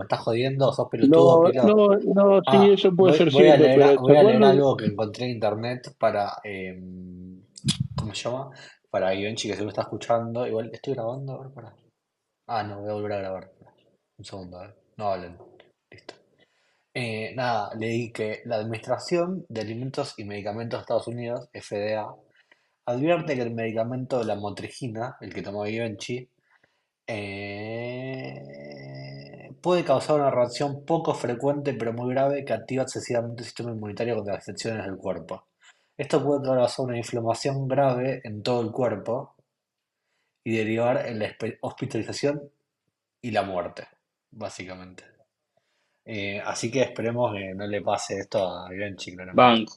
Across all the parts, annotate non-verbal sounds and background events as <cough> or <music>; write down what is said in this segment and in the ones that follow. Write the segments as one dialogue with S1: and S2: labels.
S1: Me estás jodiendo, sos pelotudo.
S2: No,
S1: Pilar?
S2: no, no,
S1: Ah,
S2: sí, eso puede
S1: voy,
S2: ser
S1: voy a
S2: cierto, pero
S1: leer, voy a
S2: ¿se
S1: leer
S2: acuerdan?
S1: algo que encontré en internet para, eh, ¿cómo se llama? Para Givenchy que se lo está escuchando. Igual estoy grabando, a ver, pará. Ah, no, voy a volver a grabar. pará. Un segundo, eh. No hablen. Listo. Eh, nada, leí que la Administración de Alimentos y Medicamentos de Estados Unidos, FDA, advierte que el medicamento de la motrigina, el que tomó Givenchy, eh, puede causar una reacción poco frecuente pero muy grave que activa excesivamente el sistema inmunitario contra las infecciones del cuerpo. Esto puede causar una inflamación grave en todo el cuerpo y derivar en la espe- hospitalización y la muerte, básicamente. Eh, así que esperemos que no le pase esto a Givenchy, claramente.
S3: Banco.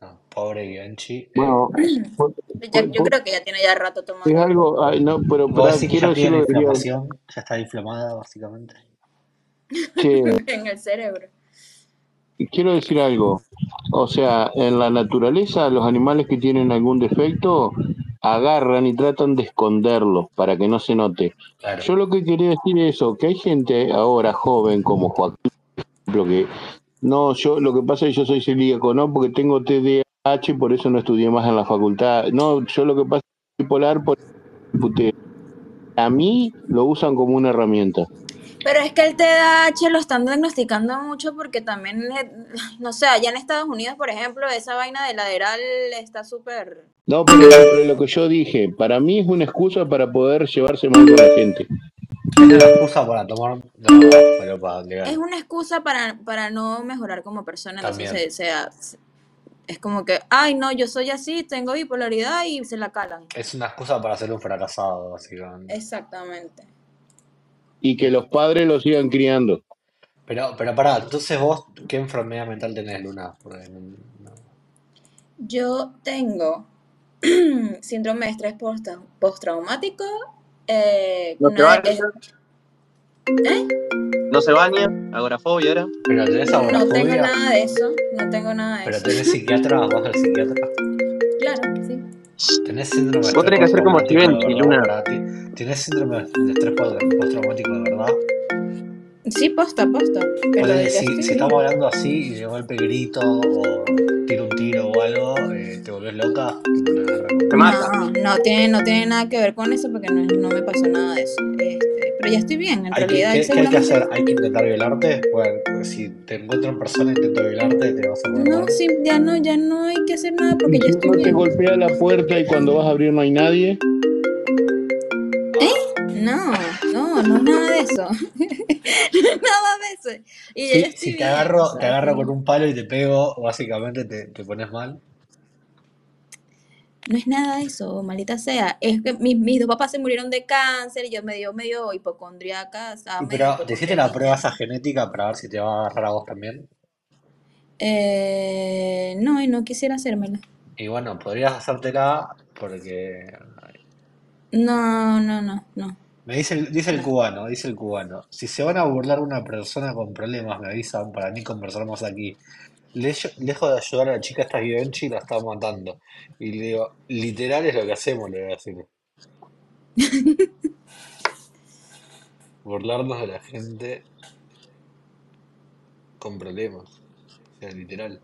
S1: No, pobre Givenchy. eh,
S2: Bueno, por- por-
S4: Ya- yo
S2: por-
S4: creo que ya tiene ya rato
S2: es
S4: tomando.
S2: algo, ay, no, pero
S1: ¿Vos
S2: pará,
S1: decís que ya
S2: quiero
S1: tiene
S2: decir
S1: la
S2: lo que diga,
S1: inflamación? ¿Ya está inflamada, básicamente?
S2: che,
S4: <laughs> en el cerebro.
S2: quiero decir algo. O sea, en la naturaleza, los animales que tienen algún defecto agarran y tratan de esconderlo para que no se note.
S1: Claro.
S2: Yo lo que quería decir es eso, que hay gente ahora joven como Joaquín, por ejemplo, que no, yo lo que pasa es que yo soy celíaco, no, porque tengo TDAH, por eso no estudié más en la facultad. No, yo lo que pasa es que soy bipolar por puteo. A mí lo usan como una herramienta.
S4: Pero es que el TDAH lo están diagnosticando mucho porque también, eh, no sé, allá en Estados Unidos, por ejemplo, esa vaina de lateral está súper...
S2: No, pero, pero lo que yo dije, para mí es una excusa para poder llevarse mal con la gente.
S1: Es una excusa para tomar droga, pero para
S4: Es
S1: legal.
S4: una excusa para, para no mejorar como persona, entonces
S1: También.
S4: se, se ha- se- es como que, ay, no, yo soy así, tengo bipolaridad y se la calan.
S1: Es una excusa para ser un fracasado, básicamente.
S4: Exactamente.
S2: Y que los padres lo sigan criando.
S1: Pero, pero pará, entonces vos, ¿qué enfermedad mental tenés, Luna? Porque no- no-
S4: Yo tengo <clears throat> síndrome de estrés posta- postraumático, eh,
S5: No se
S4: una
S5: baña,
S4: de... ¿eh?
S5: no se baña, agorafobia era.
S1: ¿Pero tenés
S4: No tengo
S1: agorafobia?
S4: nada de eso, no tengo nada de
S1: ¿Pero
S4: eso.
S1: tenés psiquiatra? ¿Vas al psiquiatra?
S4: Claro, sí.
S1: ¿Tenés síndrome de
S5: Vos
S1: estrés
S5: tenés que hacer como
S1: postraumático de
S5: Steven
S1: verdad?
S5: Luna.
S1: Pará, ti- ¿Tenés síndrome de estrés post- postraumático de verdad?
S4: Sí, posta, posta. Pero
S1: Ponele,
S4: de que
S1: si, si
S4: estoy.
S1: estamos hablando así y de golpe grito o tiro un tiro o algo, eh, ¿te volvés loca? Te agarran.
S5: Te mata.
S4: No, no tiene, no tiene nada que ver con eso porque no, no me pasó nada de eso. Este, pero ya estoy bien, en
S1: Hay que,
S4: realidad, y
S1: ¿qué, qué hay que
S4: seguramente.
S1: hacer? ¿Hay que intentar violarte? Bueno, si te encuentro en persona e intento violarte, te vas a
S4: No,
S1: acordar.
S4: sí, ya no, ya no hay que hacer nada porque yo
S2: Si
S4: estoy
S2: uno te
S4: bien.
S2: golpea la puerta y cuando vas a abrir no hay nadie,
S4: No, no, no es nada de eso. <laughs> nada de eso. Y ya yo
S1: Si,
S4: estoy
S1: si te
S4: bien, o
S1: agarro, te
S4: sea,
S1: agarro
S4: no,
S1: con un palo y te pego, básicamente te, te pones mal.
S4: no es nada de eso, maldita sea. Es que mis, mis dos papás se murieron de cáncer y yo medio, medio hipocondriaca, estaba
S1: Y
S4: medio
S1: pero, ¿te hiciste la
S4: hipocondriaquilla.
S1: prueba esa genética para ver si te va a agarrar a vos también?
S4: Eh, no, y no quisiera hacérmela.
S1: Y bueno, podrías hacértela porque...
S4: No, no, no, no,
S1: Me dice el, dice el
S4: no.
S1: cubano, dice el cubano, si se van a burlar de una persona con problemas, me avisan para ni conversar más aquí. Lejo- lejos de ayudar a la chica, esta Givenchy la está matando. Y le digo, literal es lo que hacemos, le voy a decir. Burlarnos de la gente con problemas. O sea, literal.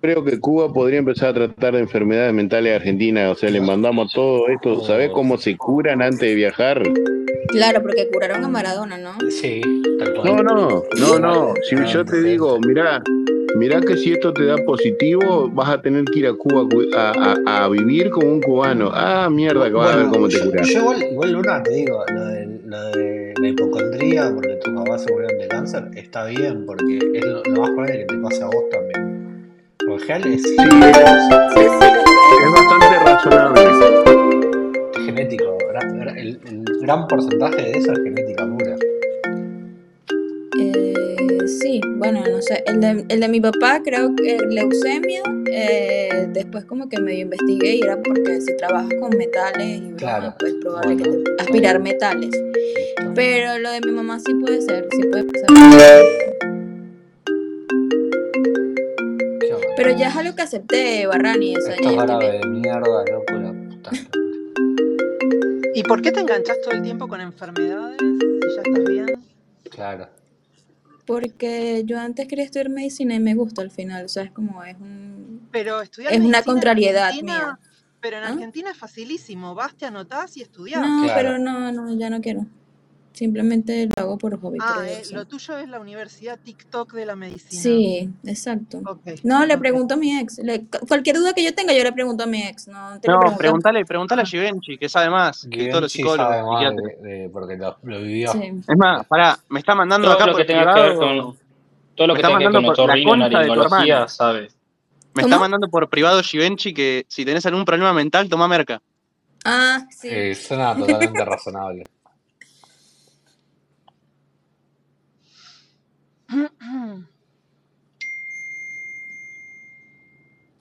S2: creo que Cuba podría empezar a tratar de enfermedades mentales a Argentina. O sea, le mandamos todo esto. ¿Sabés
S1: Uh,
S2: cómo se curan antes de viajar?
S4: Claro, porque curaron a Maradona, ¿no?
S1: sí, tal
S2: No, no,
S1: cual.
S2: no,
S1: Curaron,
S2: no. Si
S1: curaron
S2: yo
S1: tu
S2: te digo,
S1: gente.
S2: mirá, mirá que si esto te da positivo, vas a tener que ir a Cuba a, cu- a- a- a vivir como un cubano. Ah, mierda,
S1: Bu-
S2: que vas a ver
S1: Bueno,
S2: cómo te
S1: yo,
S2: curas.
S1: yo igual, igual Luna te digo, lo de, lo de la hipocondría, porque tus papás se murieron de cáncer, está bien, porque es lo, lo más probable que te pase a vos también. Por en general es
S2: Sí, es,
S4: Sí, sí, lo
S2: es bastante razonable.
S1: genético, gra- gra- el, el gran porcentaje de eso es genética pura.
S4: Eh, sí, bueno, no sé. El de, el de mi papá creo que el leucemia, eh, después como que medio investigué y era porque si trabajas con metales y bromas,
S1: Claro,
S4: pues es probable que te
S1: bueno, está
S4: aspirar
S1: bien,
S4: metales.
S1: listo.
S4: Pero lo de mi mamá sí puede ser, sí puede pasar.
S1: Qué horror.
S4: Pero ya es algo que acepté, Barrani, eso ya
S1: Estos
S4: yo estoy bien.
S1: árabes de mierda, loco, la puta madre.
S6: ¿Y por qué te enganchás todo el tiempo con enfermedades si ya estás bien?
S1: Claro.
S4: Porque yo antes quería estudiar medicina y me gusta al final, o sea, es como es un...
S3: Pero estudiar
S4: Es una
S3: medicina en
S4: contrariedad
S3: Argentina-
S4: mía.
S3: Pero en
S4: ¿Ah?
S3: Argentina es facilísimo, vas, te anotás y estudiás.
S4: No,
S1: Claro.
S4: pero no, no, ya no quiero. Simplemente lo hago por hobby, por
S3: ah, eh,
S4: diversión.
S3: lo tuyo es la universidad TikTok de la medicina. <clears throat>
S4: Sí, exacto.
S3: Ok,
S4: No, le
S3: ok.
S4: pregunto a mi ex. le- cu- cualquier duda que yo tenga, yo le pregunto a mi ex. No, te lo
S5: No,
S4: pregunto Ah. a-
S5: pregúntale, pregúntale a Givenchy, que sabe más que todos los
S1: Givenchy
S5: psicólogos,
S1: sabe más
S5: psiquiatras.
S1: de, de- porque lo, lo vivió.
S4: Sí.
S5: Es más, pará, me está mandando
S6: Todo
S5: acá
S6: lo
S5: por
S6: que tenga que ver
S5: privado.
S6: con- Todo lo que tenga que
S5: Me está
S6: ver con
S5: mandando por la
S6: otorrino,
S5: concha de tu hermana.
S6: laringología, sabe.
S5: Me está
S4: ¿Cómo?
S5: mandando por privado Givenchy que si tenés algún problema mental, toma merca.
S4: Ah, sí.
S1: Eh, suena totalmente <laughs> razonable.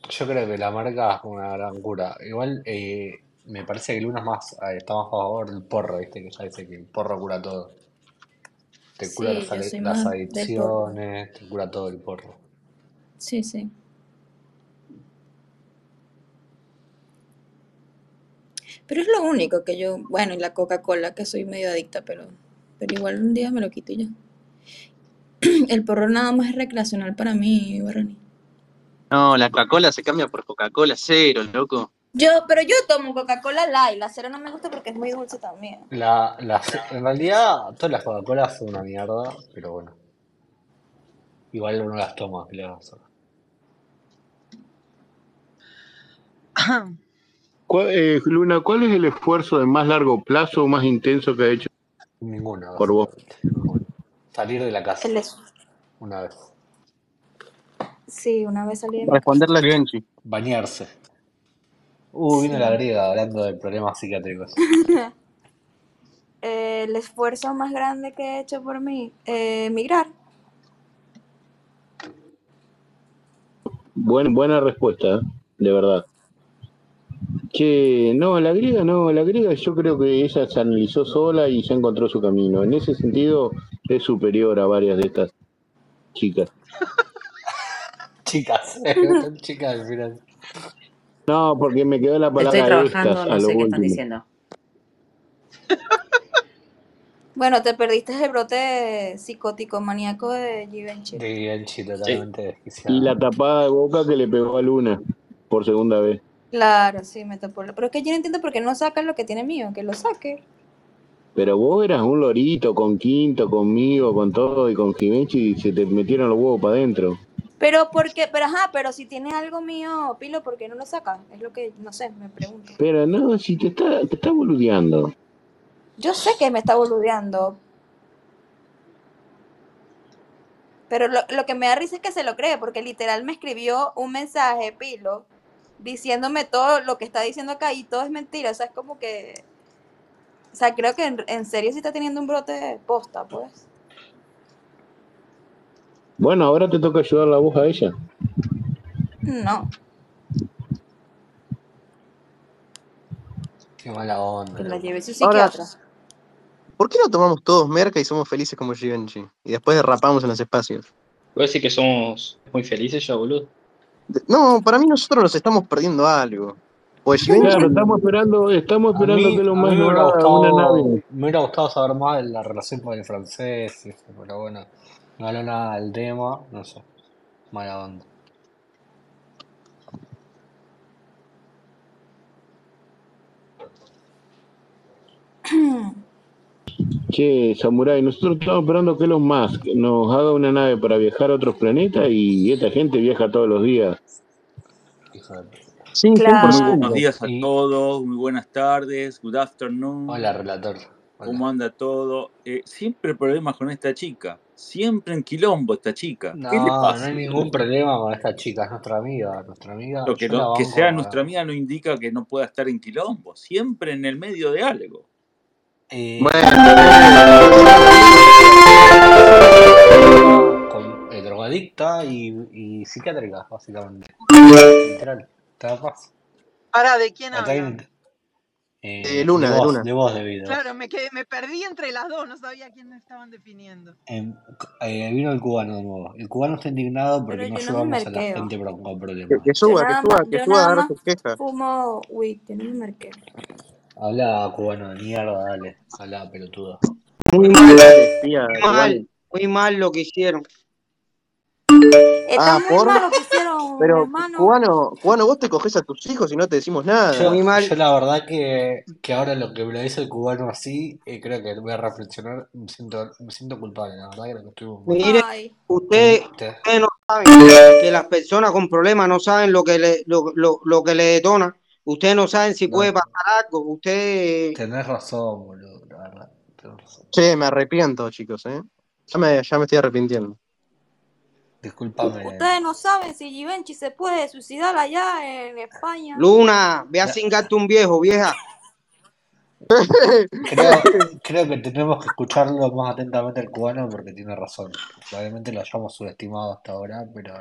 S1: Yo creo que la marca es una gran cura. Igual eh, me parece que Luna es más, eh, está más a favor del porro, ¿viste? Que ya dice que el porro cura todo. Te cura
S4: Sí,
S1: las,
S4: yo
S1: ale-
S4: soy más
S1: las
S4: del porro.
S1: adicciones, te cura todo el porro.
S4: Sí, sí. Pero es lo único que yo, bueno, y la Coca-Cola, que soy medio adicta, pero, pero igual un día me lo quito y ya. <clears throat> El porro nada más es recreacional para mí, Baroni.
S5: No, la Coca-Cola se cambia por Coca-Cola cero, loco.
S4: Yo, pero yo tomo Coca-Cola Light, la cero no me gusta porque es muy dulce también.
S1: La, las- en realidad, todas las Coca-Colas son una mierda, pero bueno. Igual uno las toma, ¿qué le vas a hacer?
S2: <clears throat> ¿Cuál- eh, Luna, ¿cuál es el esfuerzo de más largo plazo o más intenso que ha hecho
S1: Ninguna,
S2: por vos?
S1: básicamente. Ninguna. Salir de la casa,
S4: El es-
S1: una vez.
S4: sí, una vez salí de mi casa.
S5: Responderle a Givenchy.
S1: Bañarse. Uh, vino
S4: Sí.
S1: la griega hablando de problemas psiquiátricos.
S4: Eh, el esfuerzo más grande que he hecho por mí, eh, emigrar.
S2: Buen- buena respuesta, ¿eh? de verdad. Que no, la griega no, la griega yo creo que ella se analizó sola y ya encontró su camino. En ese sentido es superior a varias de estas chicas.
S1: Chicas, <laughs> son chicas al final.
S2: No, porque me quedó la palabra
S7: Estoy trabajando,
S2: estas a
S7: no
S2: lo
S7: sé qué están
S2: último.
S7: diciendo.
S4: Bueno, te perdiste el brote psicótico maníaco de Givenchy.
S1: De Givenchy totalmente desquiciada.
S2: Y la tapada de boca que le pegó a Luna por segunda vez.
S4: Claro, sí, me tapó. la- Pero es que yo no entiendo por qué no sacan lo que tiene mío, que lo saque.
S2: Pero vos eras un lorito con Quinto, conmigo, con todo y con Jimenchi y se te metieron los huevos para adentro.
S4: Pero porque, pero ajá, pero si tiene algo mío, Pilo, ¿por qué no lo saca? Es lo que, no sé, me pregunto.
S2: Pero no, si te está, te está boludeando.
S4: Yo sé que me está boludeando, pero lo, lo que me da risa es que se lo cree, porque literal me escribió un mensaje, Pilo, diciéndome todo lo que está diciendo acá y todo es mentira. O sea, es como que, o sea, creo que en, en serio sí está teniendo un brote de posta, pues.
S2: Bueno, ahora te toca ayudar la voz a ella.
S4: No,
S1: Qué mala onda,
S7: Que la
S1: loco.
S7: lleve su
S5: Ahora-
S7: psiquiatra.
S5: ¿Por qué no tomamos todos merca y somos felices como Givenchy? Y después derrapamos en los espacios.
S6: Voy a decir que somos muy felices ya,
S8: <clears throat>
S6: boludo.
S5: De- No, para mí nosotros nos estamos perdiendo algo. Pues Givenchy.
S2: Claro, estamos esperando, estamos
S1: A
S2: esperando
S1: mí,
S2: que lo
S1: a
S2: más
S1: mí me hubiera
S2: no haga una
S1: gustado,
S2: nave.
S1: me hubiera gustado saber más de la relación con el francés, y eso, pero bueno, no habló nada del tema, no sé, mala onda.
S2: Che, Samurai, nosotros estamos esperando que los más nos haga una nave para viajar a otros planetas y esta gente viaja todos los días.
S1: Hijo de puta.
S5: Sí,
S9: Muy
S5: 100%.
S9: buenos
S4: claro.
S9: días a
S1: Y
S9: todos, muy buenas tardes, good
S1: hola,
S9: afternoon,
S1: relator. Hola.
S9: ¿cómo anda todo? Eh, siempre problemas con esta chica, siempre en quilombo esta chica, ¿qué le
S1: No, no
S9: pasa?
S1: hay ningún problema con esta chica, es nuestra amiga, nuestra amiga,
S9: Lo que,
S1: yo la
S9: no- que sea
S1: banco.
S9: nuestra amiga no indica que no pueda estar en quilombo, siempre en el medio de algo.
S1: Eh,
S5: Bueno,
S1: con eh, drogadicta y, y psiquiátrica, básicamente. Literal. Te da paz.
S3: Ahora, ¿de quién
S1: Acá hay un-
S3: hablan?
S1: eh,
S5: de Luna,
S1: de
S5: de
S1: voz,
S5: Luna.
S1: de voz de video.
S3: Claro, me, quedé, me perdí entre las dos, no sabía quién estaban definiendo.
S1: Em, eh, vino el cubano de nuevo. El cubano está
S4: Pero
S1: indignado porque no
S4: yo no me
S1: ayudamos a la
S4: merqueo.
S1: gente pro- con
S5: Que,
S1: problemas.
S5: que
S4: Yo
S5: suba, que
S4: nada más,
S5: suba, que
S4: yo
S5: suba a
S4: nada
S5: dar
S4: más Uh.
S5: sus quejas.
S4: fumo weed, yo no me merqueo.
S1: Habla cubano de mierda, dale. Habla pelotudo.
S5: Muy mal, espía,
S7: Muy
S5: igual.
S7: mal, muy mal lo que hicieron.
S4: Está
S5: Ah,
S4: muy
S5: por-
S4: mal lo que hicieron,
S5: <laughs> Pero,
S4: hermano.
S5: cubano, cubano, vos te coges a tus hijos y no te decimos
S1: Yo,
S5: nada.
S7: Muy mal.
S1: yo la verdad que, que ahora lo que me lo hizo el cubano así, eh, creo que voy a reflexionar, me siento, me siento culpable, la verdad que lo que estuvo mal.
S7: Mire,
S4: Ay,
S7: usted,
S1: Te-
S7: ustedes no saben que las personas con problemas no saben lo que le, lo, lo- lo que le detona. Ustedes no saben si
S1: no,
S7: puede pasar algo. Ustedes
S1: tenés razón, boludo, la verdad, tenés razón.
S5: Che, me arrepiento, chicos, ¿eh? Ya me, ya me estoy arrepintiendo.
S1: Disculpame.
S4: ustedes no saben si Givenchy se puede suicidar allá en España.
S7: Luna, ve a
S1: La-
S7: cingarte un viejo,
S5: <laughs>
S7: vieja.
S1: Creo, creo que tenemos que escucharlo más atentamente al cubano porque tiene razón. Probablemente lo hayamos subestimado hasta ahora, pero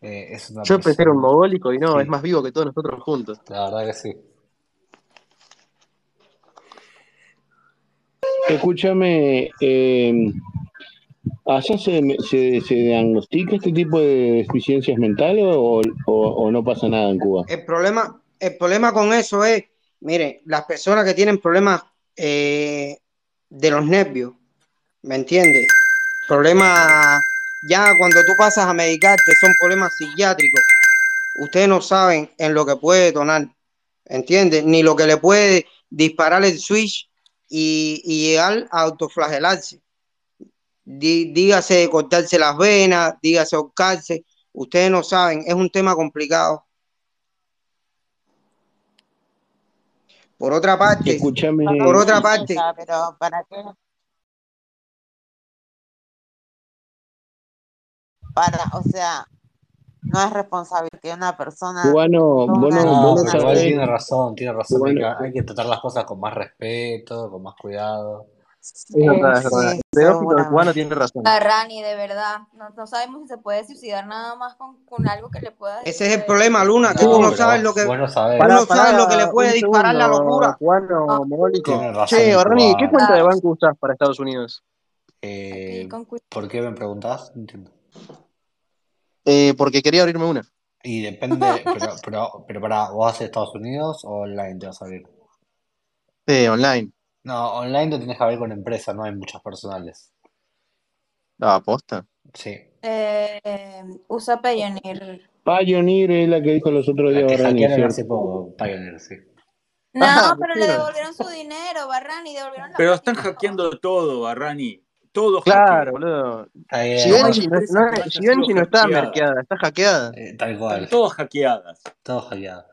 S1: eh, es una
S5: Yo prefiero un
S1: persona.
S5: mogólico y no, es
S1: Sí,
S5: más vivo que todos nosotros juntos.
S1: la verdad que sí.
S2: Escúchame, eh, ¿allá se, se, se diagnostica este tipo de deficiencias mentales o, o- o no pasa nada en Cuba?
S1: Eh.
S7: El problema, el problema con eso es, mire, las personas que tienen problemas eh, de los nervios, ¿me entiendes? Problemas, ya cuando tú pasas a medicarte, son problemas psiquiátricos. Ustedes no saben en lo que puede detonar, ¿entiendes? Ni lo que le puede disparar el switch y, y llegar a autoflagelarse. Dí- dígase cortarse las venas, dígase ahorcarse. Ustedes no saben, es un tema complicado. Por otra parte,
S2: Escúchame,
S8: Ah,
S7: por otra
S10: Una
S7: parte,
S10: cosa, pero ¿para qué? Para, o sea, no es responsable que una persona
S2: cubano,
S10: con
S2: vos
S10: una
S2: no, vos
S1: No,
S2: no
S1: pero igual
S2: sabés,
S1: tiene razón, tiene razón. Hay que,
S2: cubano,
S1: hay que tratar las cosas con más respeto, con más cuidado.
S5: Es
S10: sí,
S5: verdad, es verdad.
S10: sí,
S5: De lógico, el cubano
S10: seguramente.
S5: tiene razón.
S4: A Rani, de verdad. No, no sabemos si se puede suicidar nada más con, con algo que le pueda.
S7: ese es el
S4: eh,
S7: problema, Luna, que tú
S1: No,
S7: no
S1: pero
S7: sabes
S1: vos,
S7: lo que,
S1: vos no
S7: tú
S1: sabés.
S5: Pará,
S7: no sabes lo que le
S5: pará,
S7: puede
S5: un
S7: disparar la
S5: segundo,
S7: locura. Ah.
S5: cubano, mogólico.
S1: Tiene razón
S5: Che,
S1: el
S5: Orni, ¿qué
S1: cubano.
S5: cuenta de
S4: Claro,
S5: banco usás para Estados Unidos?
S4: hay que ir
S1: Eh,
S4: Ah. con cuidado.
S1: ¿por qué me preguntás? No entiendo.
S5: Eh, porque quería abrirme una.
S1: Y
S4: <laughs>
S1: depende, pero, pero, pero para, ¿vos haces Estados Unidos o online te vas a abrir?
S5: Eh, online.
S1: No, online te tenés que abrir con empresa, no hay muchas personales.
S5: Ah, aposta.
S1: Sí,
S4: Eh, usa
S2: <laughs>
S4: Payoneer.
S2: Pioneer es la que dijo los otros
S1: la
S2: días
S1: que
S2: Barani,
S1: hackearon hace
S2: ¿cierto?
S1: poco, Pioneer, sí.
S5: Ah,
S4: No, pero le
S5: mentira.
S4: devolvieron su dinero, Barrani, devolvieron la
S9: Pero están
S4: plata.
S9: hackeando todo, Barrani. Todo
S5: Claro,
S9: hackean.
S5: boludo.
S1: Está bien,
S9: No hay
S5: Givenchy no,
S9: empresa
S5: no,
S9: que no haya sido
S5: Givenchy no está
S9: hackeada.
S5: merqueada, está hackeada.
S1: eh, tal
S9: Están
S1: cual,
S9: todas hackeadas.
S1: todo hackeado.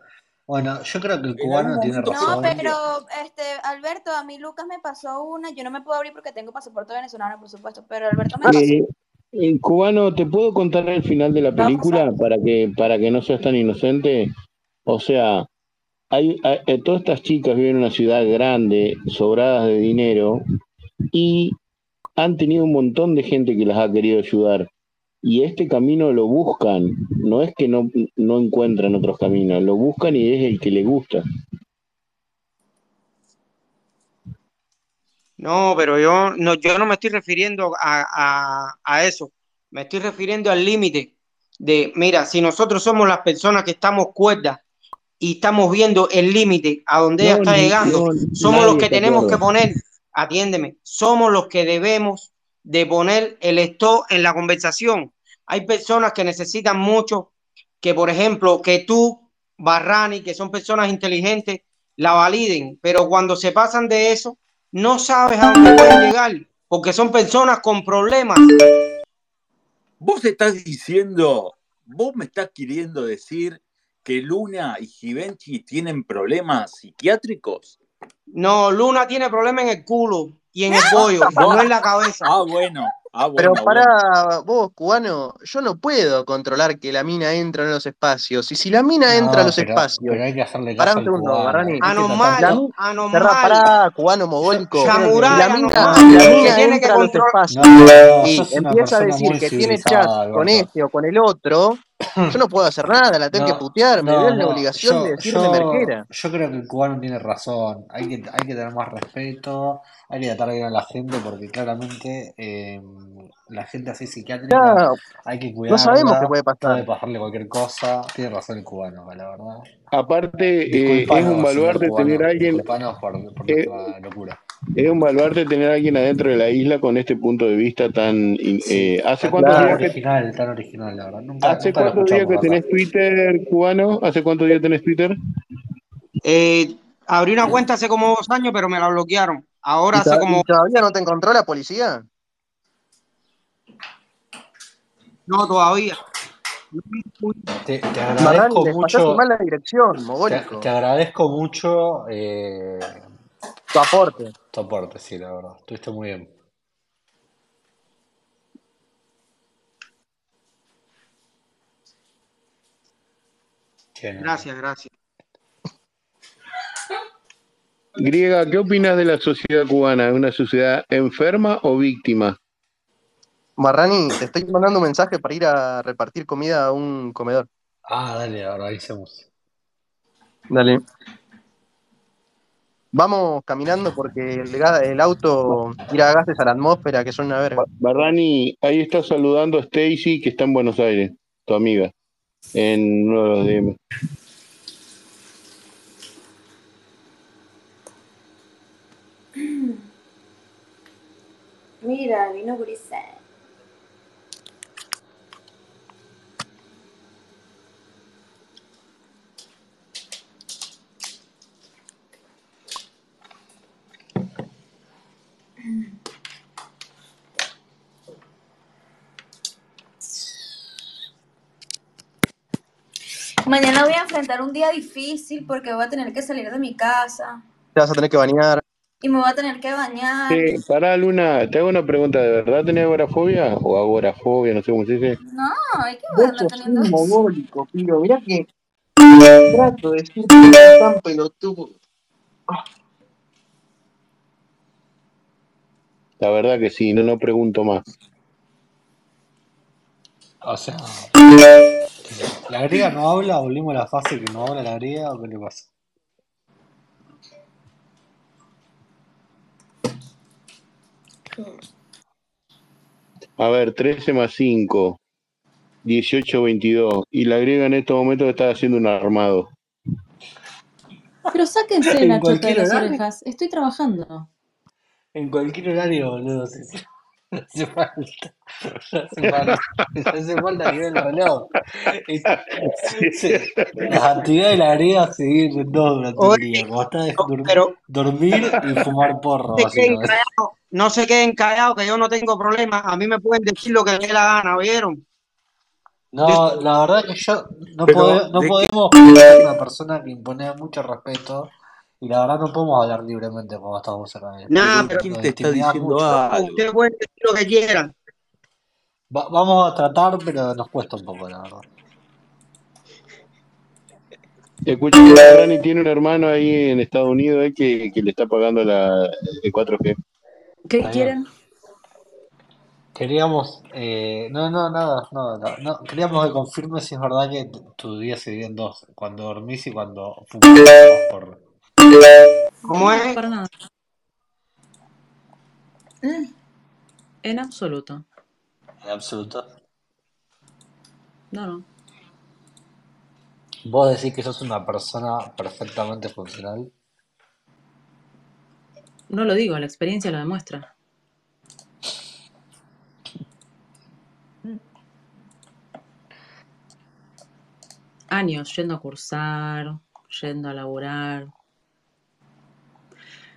S1: Bueno, yo creo que el
S9: En algún
S1: cubano tiene
S9: momento
S4: No,
S9: hackean.
S1: razón.
S4: pero este Alberto, a mí Lucas me pasó una, yo no me puedo abrir porque tengo pasaporte venezolano, por supuesto, pero Alberto me pasó.
S2: Eh, eh, cubano, ¿te puedo contar el final de la
S4: ¿Te va a pasar?
S2: película para que, para que no seas tan inocente? O sea, hay, hay- eh, todas estas chicas viven en una ciudad grande, sobradas de dinero, y han tenido un montón de gente que las ha querido ayudar. Y este camino lo buscan, no es que no, no encuentran otros caminos, lo buscan y es el que le gusta.
S7: No, pero yo no, yo no me estoy refiriendo a, a- a eso. Me estoy refiriendo al límite de, mira, si nosotros somos las personas que estamos cuerdas y estamos viendo el límite a donde ella
S2: No,
S7: está
S2: ni-
S7: llegando,
S2: no,
S7: somos los
S2: nadie
S7: que
S2: está
S7: tenemos que
S2: acuerdo.
S7: poner, atiéndeme, somos los que debemos de poner el esto en la conversación. Hay personas que necesitan mucho, que por ejemplo, que tú, Barrani, que son personas inteligentes, la validen, pero cuando se pasan de eso, no sabes pues, a dónde pueden llegar, porque son personas con problemas.
S9: Vos estás diciendo, vos me estás queriendo decir que Luna y Givenchy tienen problemas psiquiátricos.
S7: No, Luna tiene problemas en el culo y en el bollo, no
S9: Vos-
S7: en la cabeza.
S9: ah, bueno, ah,
S5: Pero
S9: bueno, bueno.
S5: pará, vos, cubano, yo no puedo controlar que la mina entra en los espacios. Y si la mina entra a
S1: No,
S5: los
S1: pero,
S5: espacios,
S1: pero hay que hacerle
S5: pará un
S1: caso al
S5: segundo,
S1: cubano.
S5: Barrani.
S1: Hay que tratar
S5: La
S7: Anormal,
S1: todo.
S5: mina, cerrá,
S7: anormal,
S5: pará, cubano
S1: Yo,
S5: mogólico.
S1: yo creo que
S5: Si
S7: samurái
S5: la
S1: el,
S5: mina,
S7: anormal,
S5: la
S7: que tiene
S5: mina
S7: que
S5: entra a los
S7: controlar.
S1: No,
S5: espacios
S1: no,
S5: y
S1: sos
S5: empieza
S1: una
S5: a
S1: persona
S5: decir
S1: muy
S5: que tiene chats
S1: civilizada,
S5: con
S1: Alberto.
S5: este o con el otro, yo no puedo hacer nada, la tengo que
S1: No,
S5: putear, me veo
S1: no,
S5: en la
S1: no.
S5: obligación de
S1: Yo,
S5: decirle
S1: yo,
S5: merquera.
S1: yo creo que el cubano tiene razón. Hay que, hay que tener más respeto, hay que tratar bien a la gente porque claramente eh, la gente así psiquiátrica
S5: Ya,
S1: hay que
S5: no sabemos qué
S1: cuidarla,
S5: puede pasar.
S1: puede pasarle cualquier cosa. Tiene razón el cubano, la verdad.
S2: Aparte, eh, es un
S1: Disculpanos, señor
S2: baluarte tener
S1: cubano,
S2: alguien
S1: disculpanos por, por
S2: eh,
S1: nuestra locura.
S2: Es un baluarte tener a alguien adentro de la isla con este punto de vista tan... in-
S1: Sí,
S2: eh, ¿Hace
S1: tan,
S2: cuántos
S1: tan
S2: días que
S1: original, tan original, la verdad. Nunca,
S2: ¿Hace
S1: nunca lo
S2: cuántos días
S1: escuchamos
S2: que
S1: acá.
S2: tenés Twitter cubano? ¿Hace cuántos días tenés Twitter?
S7: Eh, abrí una cuenta hace como dos años, pero me la bloquearon. Ahora
S5: ¿Y,
S7: hace
S5: ta-
S7: como...
S5: y todavía no te encontró la policía?
S7: No, todavía.
S1: Te, te
S5: Marrani,
S1: agradezco
S5: les pasaste
S1: mucho,
S5: mal la dirección,
S1: te,
S5: mogólico.
S1: te agradezco mucho eh,
S5: Tu aporte.
S1: tu aporte, sí, la verdad. Estuviste muy bien. Che, no.
S7: Gracias, gracias.
S2: Griega, ¿qué opinas de la sociedad cubana? ¿Es una sociedad enferma o víctima?
S5: Marrani, te estoy mandando un mensaje para ir a repartir comida a un comedor.
S1: Ah, dale, organicemos.
S5: Dale. Vamos caminando porque el, ga- el auto tira gases a la atmósfera, que son una verga.
S2: Ba- Barrani, ahí está saludando a Stacy, que está en Buenos Aires, tu amiga, en uno de los DM.
S4: Mira, vino gurisa. Mañana voy a enfrentar un día difícil porque voy a tener que salir de mi casa
S5: Te vas a tener que bañar.
S4: y me voy a tener que bañar.
S2: Che, pará, Luna, te hago una pregunta, ¿de verdad tenés agorafobia? O agorafobia, no sé cómo se dice.
S4: No, hay que
S5: Vos
S4: verla
S5: sos
S4: teniendo
S5: un
S4: eso.
S5: mogólico, pido. Mirá que trato de decirte que sos tan pelotudo.
S2: La verdad que sí, no, no pregunto más.
S1: O sea, ¿la griega no habla? ¿Volvimos a la fase que no habla la griega o qué le pasa?
S2: A ver, 13 más 5, 18, 22. Y la griega en estos momentos está haciendo un armado.
S11: Pero sáquense,
S1: En
S11: Nachota, de
S1: cualquier
S11: las
S1: horario.
S11: orejas. Estoy trabajando.
S1: En cualquier horario, boludo. sí, sí. No hace falta. No hace falta. No hace falta que vea el reloj.
S5: <laughs>
S1: Es-
S2: Sí.
S1: se- las actividades de la griega se dividen en dos durante
S7: Oye,
S1: el día. Como está de dur-
S7: pero
S1: dormir y fumar porro,
S7: se queden
S1: básicamente.
S7: callados, no se queden callados, que yo no tengo problema. A mí me pueden decir lo que les dé la gana, ¿vieron? Yo
S1: No, la verdad que yo no
S9: Pero,
S1: pode- no
S9: ¿de qué?
S1: podemos, porque es una persona que impone mucho respeto y la verdad no podemos hablar libremente cuando estamos acá en el
S7: Nada,
S1: espíritu,
S7: pero
S9: ¿Quién
S1: nos
S9: te está
S1: intimidás
S9: diciendo
S1: mucho.
S7: no,
S9: algo?
S7: ustedes pueden decir lo que quieran.
S1: Va- vamos a tratar, pero nos cuesta un poco, la verdad.
S2: Escucha que Barrani tiene un hermano ahí en Estados Unidos eh, que, que le está pagando la, el 4G.
S11: ¿Qué
S1: Está bien.
S11: quieren?
S1: Queríamos, eh, no, no, nada, no, no, no, queríamos que confirme si es verdad que t- tu día se divide en dos, cuando dormís y cuando fumas porro.
S7: ¿Cómo
S11: No,
S7: es?
S11: para nada. Eh, En absoluto.
S1: En absoluto.
S11: No, no.
S1: Vos decís que sos una persona perfectamente funcional.
S11: No lo digo, la experiencia lo demuestra. Años yendo a cursar, yendo a laburar.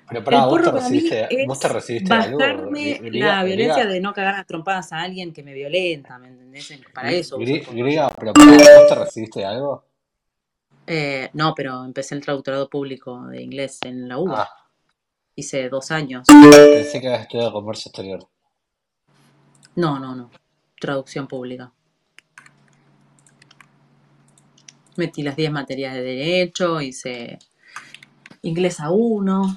S1: Pero
S11: El
S1: pará, ¿vos te
S11: porro para mí
S1: recibiste, vos te
S11: es
S1: recibiste de algo? Gri-
S11: bajarme
S1: Griega,
S11: la violencia
S1: griega,
S11: de no cagar a trompadas a alguien que me violenta, ¿me entendés? Para
S1: gri-
S11: eso uso el
S1: gri-
S11: porro yo.
S1: griega, pero pará, ¿vos te recibiste de algo?
S11: Eh, no, pero empecé el traductorado público de inglés en la UBA.
S1: Ah,
S11: Hice dos años.
S1: pensé que habías estudiado comercio exterior.
S11: No, no, no. Traducción pública. Metí las 10 materias de derecho, hice inglés a uno,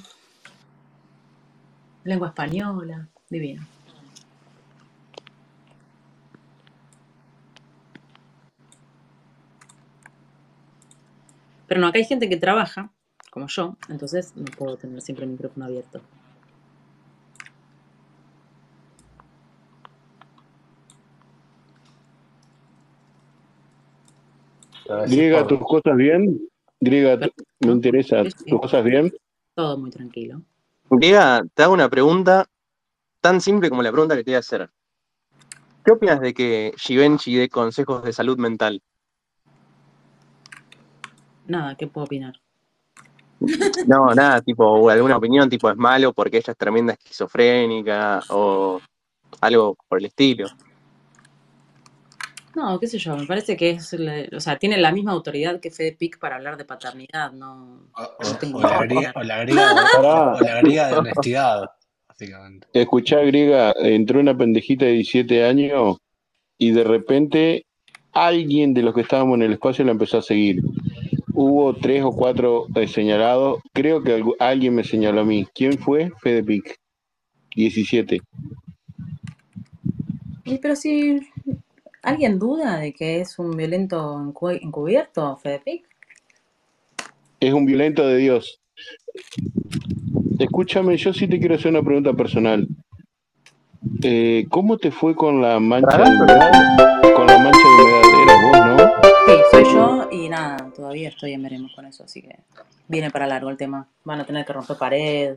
S11: lengua española, divino. Pero no, acá hay gente que trabaja, como yo, entonces no puedo tener siempre el micrófono abierto.
S1: Lo decís
S2: Griega, tus
S1: por...
S2: cosas bien. Griega, tu- me
S11: Perfecto.
S2: interesa,
S11: Sí,
S2: tus
S11: sí,
S2: cosas bien.
S11: todo muy tranquilo.
S5: Diga, te hago una pregunta tan simple como la pregunta que te voy a hacer. ¿Qué opinas de que Givenchy dé consejos de salud mental?
S11: Nada, ¿qué puedo opinar?
S5: No, nada, tipo, alguna opinión, tipo, es malo porque ella es tremenda esquizofrénica o algo por el estilo.
S11: No, qué sé yo, me parece que es, la- o sea, tiene la misma autoridad que Fede Pic para hablar de paternidad, no, no tengo
S1: O
S11: nada
S1: la
S11: que
S1: agrega,
S11: opinar.
S1: o la agrega de,
S2: Pará.
S1: o la agrega de
S9: <laughs>
S1: honestidad, básicamente.
S2: Te escuchá, griega, entró una pendejita de 17 años y de repente alguien de los que estábamos en el espacio la empezó a seguir. Hubo tres o cuatro eh, señalados. Creo que algu- alguien me señaló a mí. ¿Quién fue? Fede Pic. 17.
S11: Y pero si alguien duda de que es un violento encu- encubierto, Fede Pic,
S2: Es un violento de Dios. Escúchame, yo sí te quiero hacer una pregunta personal. Eh, ¿Cómo te fue con la mancha de humedad? Con la mancha de humedad, eras vos, ¿no?
S11: sí, soy yo y nada, todavía estoy en veremos con eso, así que viene para largo el tema. Van a tener que romper pared,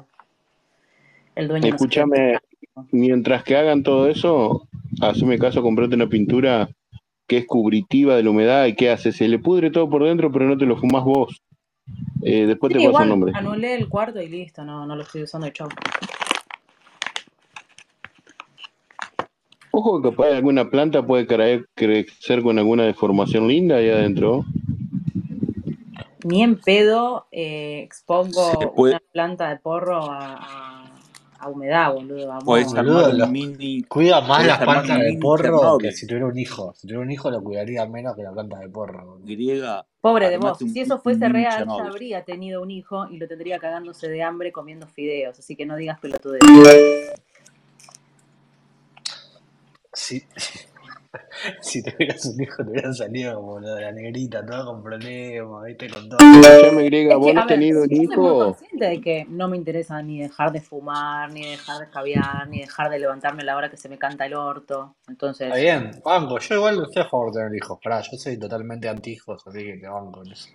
S11: el dueño no se quiere hacer
S2: Escúchame, mientras que hagan todo eso, hazme caso, comprate una pintura que es cubritiva de la humedad y qué hace, se le pudre todo por dentro, pero no te lo fumás vos. Eh, después
S11: Sí,
S2: te paso el
S11: igual
S2: nombre.
S11: anulé el cuarto y listo, no, no lo estoy usando y chau.
S2: Ojo que capaz alguna planta puede cre- crecer con alguna deformación linda ahí adentro.
S11: Ni en pedo eh,
S9: Se
S11: expongo
S9: puede,
S11: una planta de porro a, a- a humedad, boludo, a
S1: Pues,
S9: puedes
S11: moho.
S9: armar
S1: Boludo,
S9: un
S1: los-
S9: mini,
S1: cuida más
S9: puedes
S1: las
S9: armar un
S1: plantas de
S9: mini
S1: porro que si
S9: Chernóbil,
S1: tuviera un hijo. Si tuviera un hijo lo cuidaría menos que la planta de porro, boludo.
S9: griega,
S11: Pobre de vos.
S9: armate un,
S11: Si eso
S9: un
S11: fuese
S9: mini
S11: real, ya
S9: Chernóbil.
S11: habría tenido un hijo y lo tendría cagándose de hambre comiendo fideos. Así que no digas pelotudez.
S1: Si, <laughs> si tuvieras un hijo te hubieran salido como lo de la negrita, todo con problemas, viste, con todo.
S2: Escuchame, griega,
S11: Es que,
S2: ¿vos no
S11: a
S2: has
S11: ver,
S2: tenido un
S11: yo soy muy
S2: hijo?
S11: consciente de que no me interesa ni dejar de fumar, ni dejar de javiar, ni dejar de levantarme a la hora que se me canta el orto.
S1: Está
S11: Entonces,
S1: bien, banco, yo igual no estoy a favor de tener hijos, pará, yo soy totalmente anti hijos, así que te banco en eso.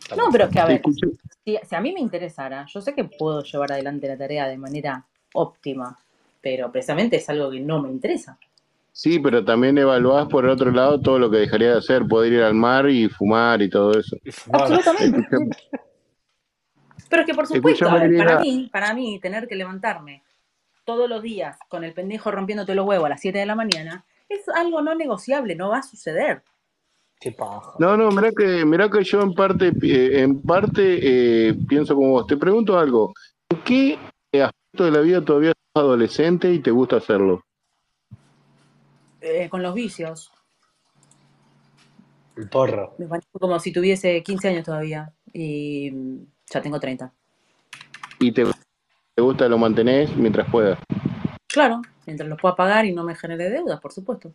S1: Está
S11: No, pero es que
S1: perfecto.
S2: Te
S11: a ver,
S2: escucho.
S11: si, si a mí me interesara, yo sé que puedo llevar adelante la tarea de manera óptima, pero precisamente es algo que no me interesa.
S2: Sí, pero también evaluás por el otro lado todo lo que dejaría de hacer, poder ir al mar y fumar y todo eso.
S1: Y fumar.
S11: Absolutamente.
S2: Escuchame,
S11: Pero es que por supuesto, a
S2: escuchame
S11: ver, para
S2: griega,
S11: mí, para mí, tener que levantarme todos los días con el pendejo rompiéndote los huevos a las 7 de la mañana, es algo no negociable, no va a suceder.
S1: Qué paja.
S2: No, no, mirá que, mirá que yo en parte, eh, en parte eh, pienso como vos. Te pregunto algo. ¿En qué aspecto de la vida todavía sos adolescente y te gusta hacerlo?
S11: Eh, con los vicios,
S1: El porro.
S11: me manejo como si tuviese 15 años todavía y mm, ya tengo 30.
S2: Y te, te gusta, lo mantenés mientras puedas.
S11: Claro, mientras los pueda pagar y no me genere deudas, por supuesto.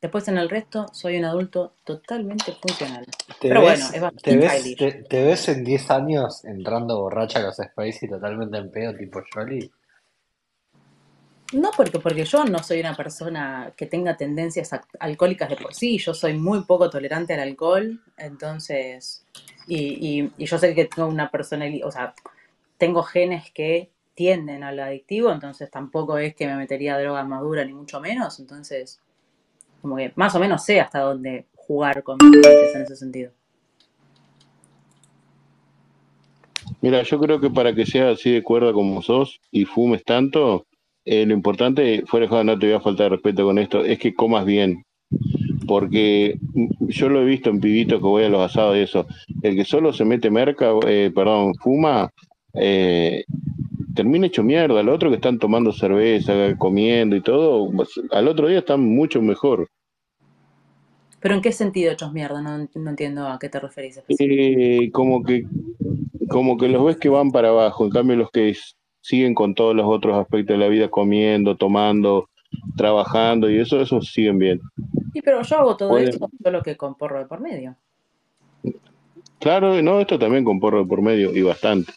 S11: Después en el resto soy un adulto totalmente funcional.
S1: ¿Te
S11: Pero bueno,
S1: ves,
S11: es bastante
S1: te ves,
S11: childish.
S1: te, te ves en 10 años entrando borracha a los Space y totalmente en pedo tipo Jolly?
S11: No porque, porque yo no soy una persona que tenga tendencias ac- alcohólicas de por sí. Yo soy muy poco tolerante al alcohol. Entonces, y, y- y yo sé que tengo una personalidad, o sea, tengo genes que tienden al adictivo. Entonces tampoco es que me metería a droga madura, ni mucho menos. Entonces, como que más o menos sé hasta dónde jugar con mis límites en ese sentido.
S2: Mira, yo creo que para que seas así de cuerda como sos y fumes tanto, eh, lo importante, fuera de joda, no te voy a faltar de respeto con esto, es que comas bien. Porque mm, yo lo he visto en pibitos que voy a los asados y eso. El que solo se mete merca, eh, perdón, fuma, eh, termina hecho mierda. Al otro que están tomando cerveza, comiendo y todo, pues, al otro día están mucho mejor.
S11: Pero ¿en qué sentido hechos mierda? No, no entiendo a qué te referís específicamente.
S2: Eh, como que, como que los ves que van para abajo. En cambio, los que s- siguen con todos los otros aspectos de la vida, comiendo, tomando, trabajando y eso, esos siguen bien.
S11: Sí, pero yo hago todo
S2: Pueden,
S11: esto solo que con porro de por medio.
S2: claro, no, esto también con porro de por medio y bastante.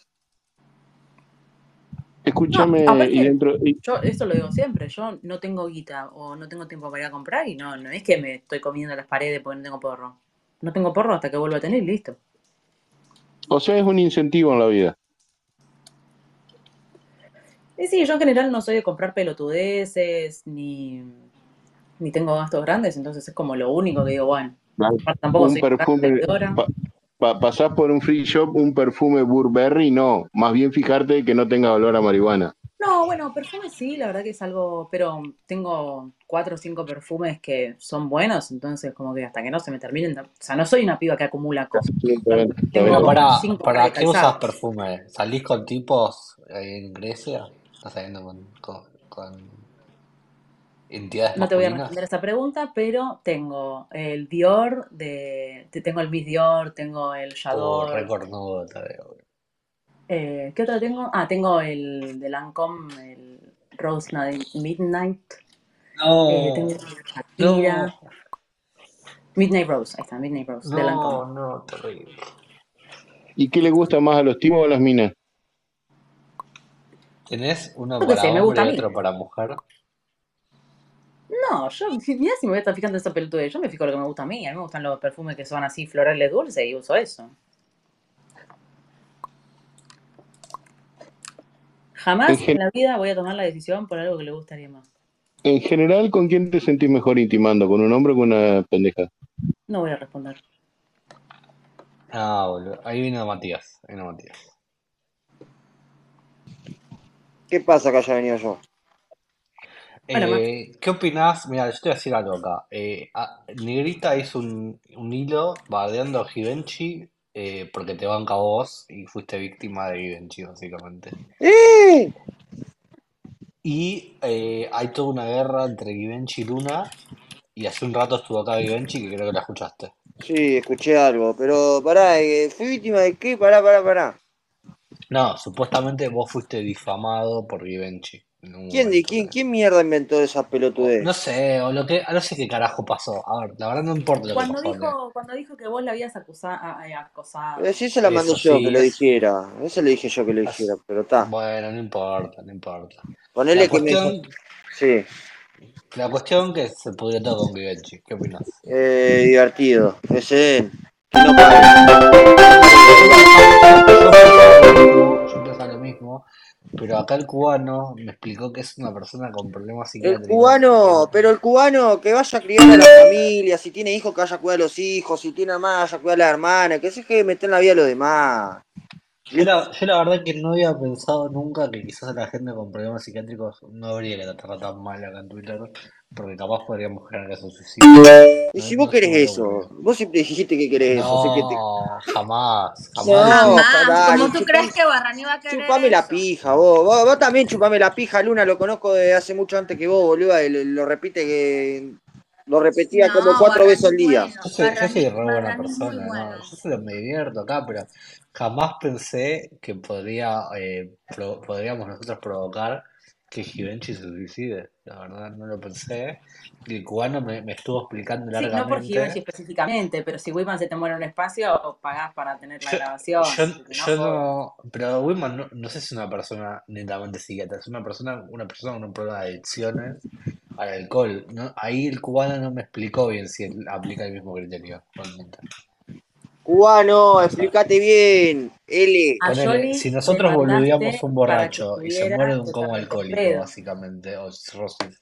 S2: Escúchame,
S11: No, aparte-
S2: y dentro. y-
S11: Yo esto lo digo siempre, yo no tengo guita o no tengo tiempo para ir a comprar y no, no es que me estoy comiendo las paredes porque no tengo porro. No tengo porro hasta que vuelva a tener, y listo.
S2: o sea, es un incentivo en la vida.
S11: Y sí, yo en general no soy de comprar pelotudeces ni, ni tengo gastos grandes, entonces es como lo único que digo, bueno, tampoco
S2: un
S11: soy una gran
S2: perfume.
S11: vendedora.
S2: pa- pa- pasás por un free shop, un perfume Burberry, no. Más bien fijarte que no tenga olor a marihuana.
S11: No, bueno, perfumes sí, la verdad que es algo, pero tengo cuatro o cinco perfumes que son buenos, entonces como que hasta que no se me terminen, o sea, no soy una piba que acumula cosas.
S1: Pero
S11: Tengo
S1: para,
S11: cinco pares
S1: ¿para
S11: de
S1: qué usas
S11: calzado.
S1: perfume? ¿Salís con tipos eh, en Grecia? ¿Estás saliendo con, con- con entidades
S11: No te voy a
S1: masculinas?
S11: responder esa pregunta, pero tengo el Dior de, te- tengo el Miss Dior, tengo el
S1: O
S11: J'ador,
S1: recornudo, te veo.
S11: eh, ¿qué otro tengo? Ah, tengo el de Lancôme, el Rose Night- Midnight, eh,
S1: No,
S11: tengo el de Shakira,
S1: no,
S11: Midnight Rose, ahí está, Midnight Rose de Lancôme.
S1: no, no, terrible.
S2: ¿Y qué le gusta más a los tipos o a las minas?
S1: ¿Tenés uno
S11: Yo qué
S1: para
S11: sé, me gusta
S1: hombre
S11: a
S1: y
S11: mí.
S1: otro para mujer?
S11: No, yo, <laughs> mira si me voy a estar fijando en esa pelotudez, yo me fijo en lo que me gusta a mí, a mí me gustan los perfumes que son así florales dulces y uso eso.
S2: En,
S11: Jamás en
S2: gen-
S11: la vida voy a tomar la decisión por algo que le gustaría más.
S2: en general, ¿con quién te sentís mejor intimando? ¿Con un hombre o con una pendeja?
S11: No voy a responder.
S1: Ah, boludo. Ahí vino Matías. Ahí vino Matías.
S12: ¿Qué pasa que haya venido yo?
S11: Bueno, Mati.
S1: Eh, ¿qué opinás? Mira, yo te voy a decir algo acá. Eh, a- Negrita hizo un, un hilo bardeando a Givenchy eh, porque te banca a vos y fuiste víctima de Givenchy, básicamente.
S12: ¡Eh!
S1: Y eh, hay toda una guerra entre Givenchy y Luna. Y hace un rato estuvo acá Givenchy que creo que la escuchaste.
S12: Sí, escuché algo, pero pará, eh, ¿fui víctima de qué? Pará, pará, pará.
S1: No, supuestamente vos fuiste difamado por Givenchy en un
S12: ¿Quién, di-
S1: momento,
S12: quién,
S1: creo.
S12: quién mierda inventó esa
S1: O-
S12: pelotudez?
S1: no sé, o lo que, no sé qué carajo pasó. A ver, la verdad no importa lo que
S11: Cuando
S1: pasó, ne.
S11: dijo, cuando dijo que vos la habías acusa- a- a-
S12: Pero
S11: acosado.
S12: si eso Eh, la mandé
S1: Eso
S12: yo que
S1: sí,
S12: lo
S1: es,
S12: dijera. Eso le dije yo que lo dijera,
S1: es-
S12: pero está.
S1: Bueno, no importa, no importa. La
S12: Ponele que me...
S1: cuestión,
S12: Sí,
S1: la cuestión que se pudrió todo con Givenchy, ¿qué opinás?
S12: eh, divertido. Ese es él. Que no pague.
S1: Yo pensaba lo mismo, yo pensaba lo mismo, pero acá el cubano me explicó que es una persona con problemas
S12: El
S1: psiquiátricos y que
S12: cubano,
S1: no.
S12: pero el cubano que vaya criando a la familia, si tiene hijos que vaya a cuidar a los hijos, si tiene mamá, vaya a cuidar a la hermana, que se que meter en la vida a los demás.
S1: Yo la, yo la verdad que no había pensado nunca que quizás a la gente con problemas psiquiátricos no habría que tratarla tan mal acá en Twitter, porque capaz podríamos generar casos suicidios.
S12: Y
S1: No,
S12: si vos
S1: no se
S12: querés
S1: me había
S12: eso,
S1: ocurrido.
S12: vos siempre dijiste que querés eso, sé que te...
S1: No, jamás, jamás dije
S12: No,
S1: eso.
S4: Jamás,
S12: Ferrari,
S4: ¿cómo tú
S12: chupame,
S4: crees que Barrani va a querer
S12: chupame la
S4: eso?
S12: pija, vos. vos. vos también chupame la pija, Luna, lo conozco desde hace mucho antes que vos, boludo, y lo, lo repite que... Lo repetía como
S4: No,
S12: cuatro veces
S4: Barrani
S12: al
S4: es
S12: día.
S4: bueno,
S1: Yo soy, yo soy
S4: Barrani,
S1: re buena
S4: Barrani es muy
S1: persona, ¿no?
S4: bueno.
S1: Yo solo me divierto acá, pero jamás pensé que podría, eh, pro- podríamos nosotros provocar que Givenchy se suicide. La verdad, no lo pensé. Y el cubano me, me estuvo explicando
S11: Sí, no por Givenchy
S1: largamente.
S11: específicamente, pero si Wiman se te muere un espacio, o pagás para tener la
S1: Yo,
S11: grabación,
S1: yo,
S11: así que no
S1: yo
S11: jodas.
S1: no, pero Wiman no, no sé si es una persona netamente psiquiatra, es una persona, una persona con un problema de adicciones al alcohol. No, ahí el cubano no me explicó bien si él aplica el mismo criterio, realmente.
S12: Cubano,
S1: No sé.
S12: explícate bien.
S1: Ah,
S12: L.
S11: A
S1: Ponele,
S11: Yoli
S1: si
S11: le
S1: nosotros boludeamos
S11: mandaste
S1: un
S11: para que
S1: borracho y se muere
S11: estuviera
S1: de un coma
S11: tocándote el
S1: alcohólico,
S11: pedo.
S1: básicamente, o cirrosis,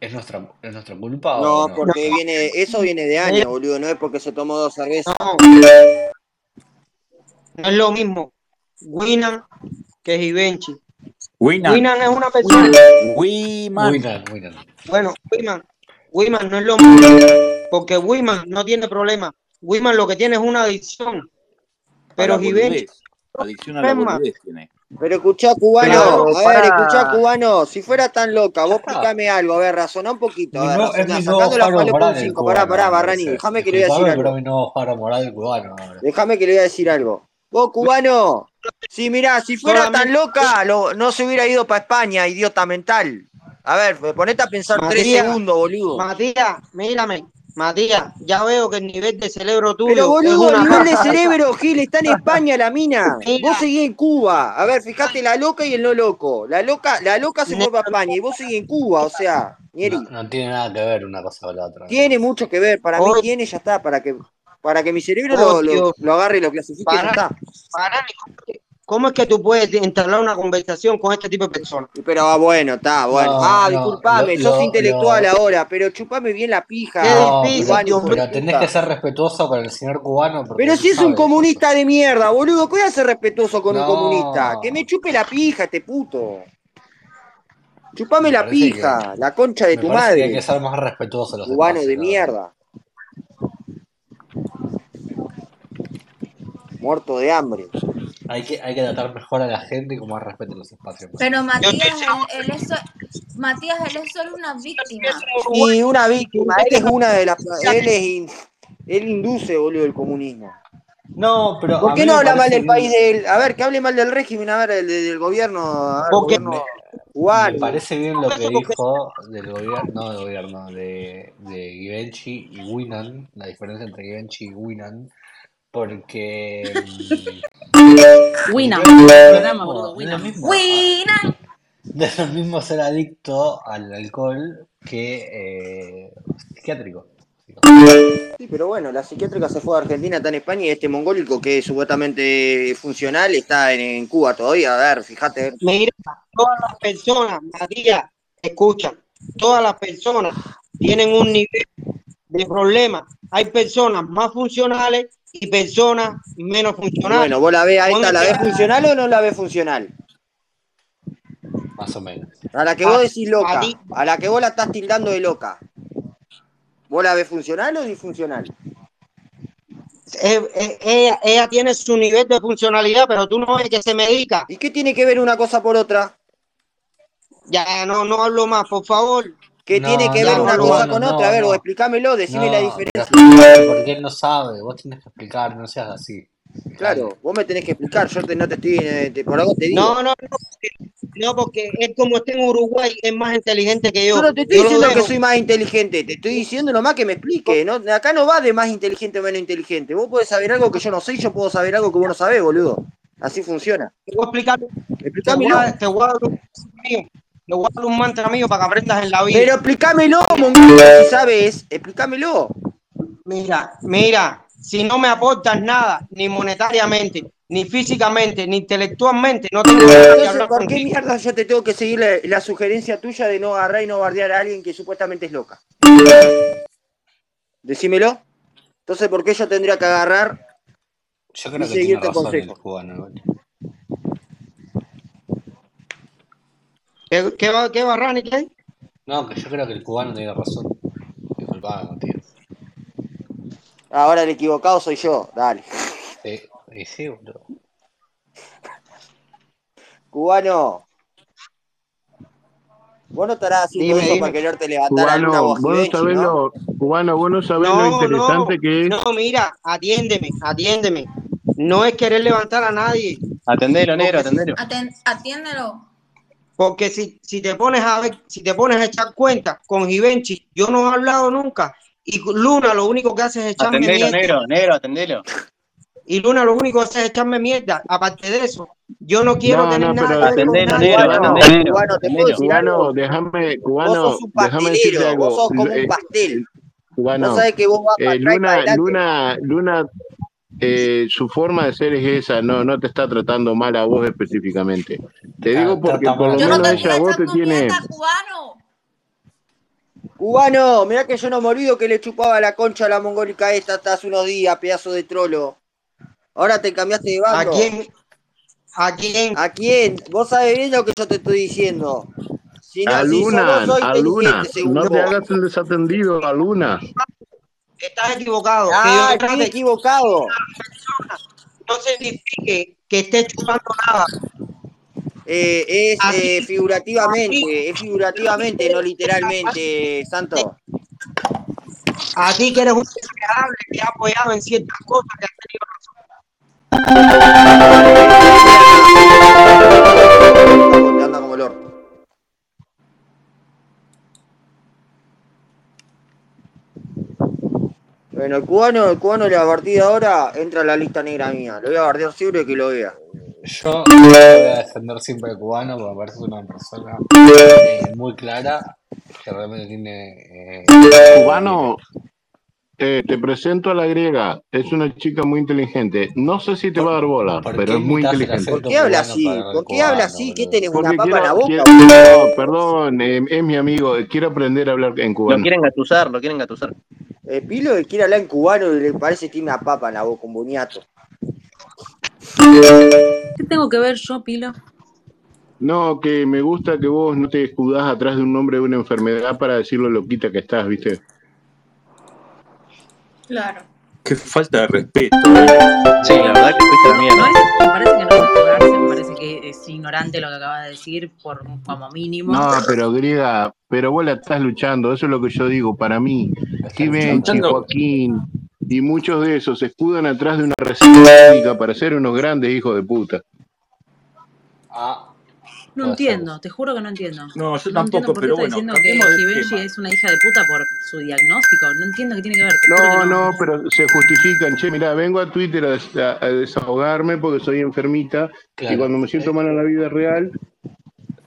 S1: ¿es nuestra, es nuestra culpa o
S12: No,
S1: no?
S12: porque viene, eso viene de
S13: No,
S12: años, boludo, no es porque se tomó dos cervezas. No es lo mismo Winan que Givenchy.
S7: Winan,
S12: Winan es una persona.
S11: Wiman,
S7: Wiman.
S1: Winan, Winan.
S12: Bueno, Wiman, Wiman no es lo mismo porque Wiman no tiene problema. Wiman lo que tiene es una adicción,
S7: A la
S12: pero Givenchy
S7: boludez. Adicción a la
S12: enferma.
S7: boludez tiene.
S12: Pero escuchá, cubano,
S13: Pero
S12: a ver, escuchá,
S13: para
S12: cubano, si fuera tan loca,
S1: Ya
S12: vos
S1: está.
S12: explícame algo, a ver, razoná un poquito,
S1: Mi
S12: a ver,
S1: nuevo- es
S12: razoná,
S1: mi nuevo
S12: sacando la
S1: Faro
S12: falopa un
S1: Moral el
S12: 5, pará,
S1: cubano,
S12: pará,
S1: me
S12: Barrani,
S1: parece.
S12: déjame que le voy a decir
S1: Disculpame, pero es
S12: algo.
S1: mi nuevo Faro Moral el cubano ahora.
S12: Déjame que le voy a decir algo. Vos, cubano, si mirá, si fuera tan
S13: solamente
S12: loca, lo- no se hubiera ido para España, idiota mental. A ver, pues, ponete a pensar tres
S14: Matías,
S12: segundos, boludo.
S14: Matías, mírame.
S7: Matías, ya veo que el nivel de cerebro tuyo.
S12: Pero boludo,
S7: es una
S12: el
S7: <laughs>
S12: nivel de
S7: paja.
S12: cerebro, Gil, está en España la mina. Vos seguís en Cuba. A ver, fijate la loca y el no loco. La loca, la loca se fue para España y vos seguís en Cuba, o sea, Nieri.
S1: No, no tiene nada que ver una cosa con la otra.
S12: Tiene mucho que ver, para mí
S7: Odio.
S12: tiene, ya está, para que, para que mi cerebro lo, lo,
S7: Odio.
S12: lo agarre y lo clasifique, ya
S7: Pará,
S12: está.
S7: pará, Nico. ¿Cómo es que tú puedes entablar una conversación con este tipo de personas?
S12: Pero ah, bueno, está, bueno.
S1: No,
S12: ah,
S1: no,
S12: disculpame,
S1: lo-
S12: sos
S1: lo-
S12: intelectual
S1: lo-
S12: ahora, pero chupame bien la pija,
S1: No,
S12: Iván,
S1: pero,
S12: hijo de
S1: pero tenés que
S12: puta.
S1: ser respetuoso con el señor cubano porque
S12: Pero
S1: él
S12: si es un
S1: sabe.
S12: comunista de mierda, boludo, ¿qué voy a ser respetuoso con un
S1: No.
S12: comunista? Que me chupe la pija, este puto. Chupame
S1: Me
S12: la
S1: parece
S12: pija,
S1: que-
S12: la concha de
S1: me
S12: tu
S1: parece que hay que
S12: madre,
S1: ser más respetuoso los
S12: cubano
S1: espacios,
S12: de
S1: la verdad.
S12: mierda, muerto de hambre.
S1: Hay que, hay que tratar mejor a la gente y con más respeto los espacios. me
S4: Pero
S1: parece.
S4: Matías, él, él es so- Matías, él es solo una víctima.
S12: Y una víctima, eh. él es una de las. Él es. in- Él induce, boludo, el comunismo.
S1: No, pero
S12: ¿Por
S1: a
S12: qué
S1: mí
S12: no
S1: me
S12: habla mal
S1: parece
S12: del
S1: que
S12: país
S1: un-
S12: del. A ver, que hable mal del régimen, a ver, del, del gobierno, a ver,
S7: Porque-
S12: gobierno
S1: me
S12: cubano.
S1: parece bien lo que dijo del gobierno, no del gobierno, de, de Givenchy y Winan, la diferencia entre Givenchy y Winan, porque... mm,
S11: Winam,
S1: Porque no es lo
S11: programa, boludo,
S1: mismo, no es lo
S11: Winam.
S1: <laughs> mismo, ah,
S4: Winan.
S1: no es lo mismo ser adicto al alcohol que eh, psiquiátrico.
S12: Sí, pero bueno, la psiquiátrica se fue a Argentina, está en España y este mongólico que es supuestamente funcional está en, en Cuba todavía. A ver, fíjate. a ver.
S7: Mira, todas las personas, Matías, escucha, todas las personas tienen un nivel de problema. Hay personas más funcionales y personas menos
S12: Y bueno,
S7: funcionales.
S12: vos la ves a esta,
S7: Ponete
S12: ¿la ves
S7: a-
S12: funcional o no la ves funcional?
S1: Más o menos.
S12: A la que
S7: a-
S12: vos decís
S7: a
S12: loca,
S7: ti.
S12: a la que vos la estás tildando de loca. ¿Vos la ves funcional o disfuncional?
S7: Eh, eh, ella, ella tiene su nivel de funcionalidad, pero tú no ves que se medica.
S12: ¿Y qué tiene que ver una cosa por otra?
S7: Ya no, no hablo más, por favor.
S12: ¿Qué tiene
S1: No,
S12: que ver
S1: no,
S12: una
S7: Diablo,
S12: cosa
S7: vale.
S1: cubano,
S12: con otra? A
S1: no,
S12: ver, vos
S1: no.
S12: explícamelo, decime la
S1: No, pero
S12: diferencia.
S1: explícale porque él no sabe, vos tenés que explicar, no seas así. Dale.
S12: Claro, vos me tenés que explicar, yo te- no te estoy, eh, te- por algo te digo.
S7: No, no, no, porque- no, porque él como está en Uruguay es más inteligente que
S12: Yo
S7: yo.
S12: no te estoy
S7: Yo lo
S12: diciendo que
S7: dejo.
S12: soy más inteligente, te estoy diciendo nomás que me explique. No, acá no va de más inteligente o menos inteligente. Vos podés saber algo que yo no sé y yo puedo saber algo que vos no sabés, boludo. Así funciona.
S7: Te voy a explicar, te voy
S12: Explícamelo.
S7: a, te voy a dar un mantra mío, te voy a dar un mantra mío para que aprendas en la vida.
S12: Pero explícamelo, mongolo, si sabes, explícamelo.
S7: Mira, mira, si no me aportas nada, ni monetariamente, ni físicamente, ni intelectualmente, no tengo ganas de
S12: Entonces,
S7: hablar
S12: Eh, ¿por qué
S7: contigo.
S12: mierda yo te tengo que seguir la, la sugerencia tuya de no agarrar y no bardear a alguien que supuestamente es loca? Decímelo. Entonces, ¿por qué yo tendría que agarrar
S1: Yo
S12: y
S1: creo que tiene
S12: seguir tu
S1: razón el
S12: consejo?
S1: cubano. igual.
S7: ¿Qué, qué, va- qué barra, ni qué?
S1: No, que yo creo que el cubano tiene razón. Disculpame, Matías.
S12: Ahora el equivocado soy yo, dale.
S1: Sí, y sí, boludo.
S12: Cubano, vos no estarás haciendo
S7: Dime,
S12: eso para
S7: dime.
S12: quererte levantar alguna
S2: Cubano, vos
S12: voz
S2: no
S12: Givenchy,
S2: sabés
S12: ¿no?
S2: lo, cubano, vos no sabés lo
S7: No, no,
S2: interesante que es.
S7: no, mira, atiéndeme, atiéndeme. No es querer levantar a nadie,
S5: Atendelo, negro,
S7: porque,
S5: atendelo.
S4: Aten- atiéndelo.
S7: porque si, si te pones a ver, si te pones a echar cuenta con Givenchy, yo no he hablado nunca. Y Luna lo único que hace es echarme
S5: Atendelo,
S7: mierda.
S5: negro, negro, atendelo.
S7: Y Luna lo único que hace es echarme mierda. Aparte de eso, yo no quiero
S2: No,
S7: tener
S2: no,
S7: nada
S2: pero
S7: que ver con
S5: Atendelo,
S7: nadie.
S5: negro,
S12: Cubano,
S5: atendelo,
S12: cubano, ¿te
S5: negro,
S12: puedo
S5: atendelo.
S12: decir
S2: Cubano,
S12: algo?
S2: déjame,
S12: Vos sos
S2: cubano,
S12: un
S2: déjame decirte
S12: pastelero, vos
S2: algo.
S12: sos
S2: Lu-
S12: como un
S2: eh, eh,
S12: pastel. Vos
S2: cubano,
S12: sabés que vos vas para
S2: eh,
S12: atrás y para
S2: Luna,
S12: adelante.
S2: Luna, Luna, eh, su forma de ser es esa, no, no te está tratando mal a vos específicamente. Te digo
S1: Claro,
S2: porque
S1: trata
S2: por
S1: mal a
S2: lo
S4: Yo no
S2: menos
S4: te estoy
S1: nadie.
S2: ella a vos te
S4: echando
S2: tiene,
S4: mierda, cubano.
S12: Cubano, mirá que yo no me olvido que le chupaba la concha a la mongólica esta hasta hace unos días, pedazo de trolo. Ahora te cambiaste de
S7: ¿A
S12: bando.
S7: quién? ¿A quién?
S12: ¿A quién? Vos sabés bien lo que yo te estoy diciendo. Si, no,
S2: a
S12: si so- vos
S2: Luna,
S12: sos
S2: a Luna,
S12: inteligente, según
S2: no te
S12: vos.
S2: hagas el desatendido, a Luna.
S7: Estás equivocado. Que yo
S12: Ah, estoy
S7: trate
S12: equivocado.
S7: no signifique que esté chupando nada.
S12: Eh, es
S7: A ti,
S12: eh,
S7: a ti,
S12: figurativamente, es figurativamente, no
S7: a <laughs>
S12: literalmente, Santo.
S7: ti que eres un desagradable, que has apoyado en ciertas cosas que has tenido
S12: Te anda como el orto. Bueno, el cubano, el cubano la partida ahora entra a la lista negra mía. Lo voy a bardear siempre que lo vea. <laughs>
S1: Yo voy a defender siempre al cubano porque me parece una persona eh, muy clara que realmente tiene. eh,
S2: Cubano, eh, te presento a la griega. Es una chica muy inteligente. No sé si te va a dar bola, pero es muy inteligente.
S12: ¿Por qué habla así? ¿Por qué habla así? ¿Qué tenés? ¿Una
S2: Porque
S12: papa en la
S2: quiero,
S12: boca?
S2: quiero- no, perdón, eh, es mi amigo. eh, Quiero aprender a hablar en cubano.
S5: Lo quieren gatusar, lo quieren gatusar.
S12: Eh, Pilo que quiere hablar en cubano y le parece que tiene una papa en la boca, un boniato.
S11: ¿Qué tengo que ver yo, Pilo?
S2: No, que me gusta que vos no te escudás atrás de un nombre de una enfermedad para decir lo loquita que estás, ¿viste?
S11: Claro.
S9: Qué falta de respeto.
S5: Sí, la verdad que fuiste la
S11: No
S5: mierda.
S11: es, me parece que no es colgarse, me parece que es ignorante lo que acaba de decir, por como mínimo.
S2: No, pero griega, pero vos la estás luchando, eso es lo que yo digo, para mí. Givenchy,
S9: luchando.
S2: Joaquín y muchos de esos se escudan atrás de una receta médica para ser unos grandes hijos de puta.
S11: No
S2: Puede ser.
S11: entiendo, te juro que no entiendo.
S9: No, yo
S11: entiendo por
S9: tampoco,
S11: qué
S9: pero
S11: está
S9: bueno,
S11: diciendo que
S9: cambiemos de
S11: Givenchy
S9: tema.
S11: es una hija de puta por su diagnóstico. No entiendo qué tiene que ver, te juro que
S2: No,
S11: no.
S2: no, pero se justifican. Che, mirá, vengo a Twitter a, des- a- a desahogarme porque soy enfermita y
S1: Claro.
S2: cuando me siento mal en la vida real,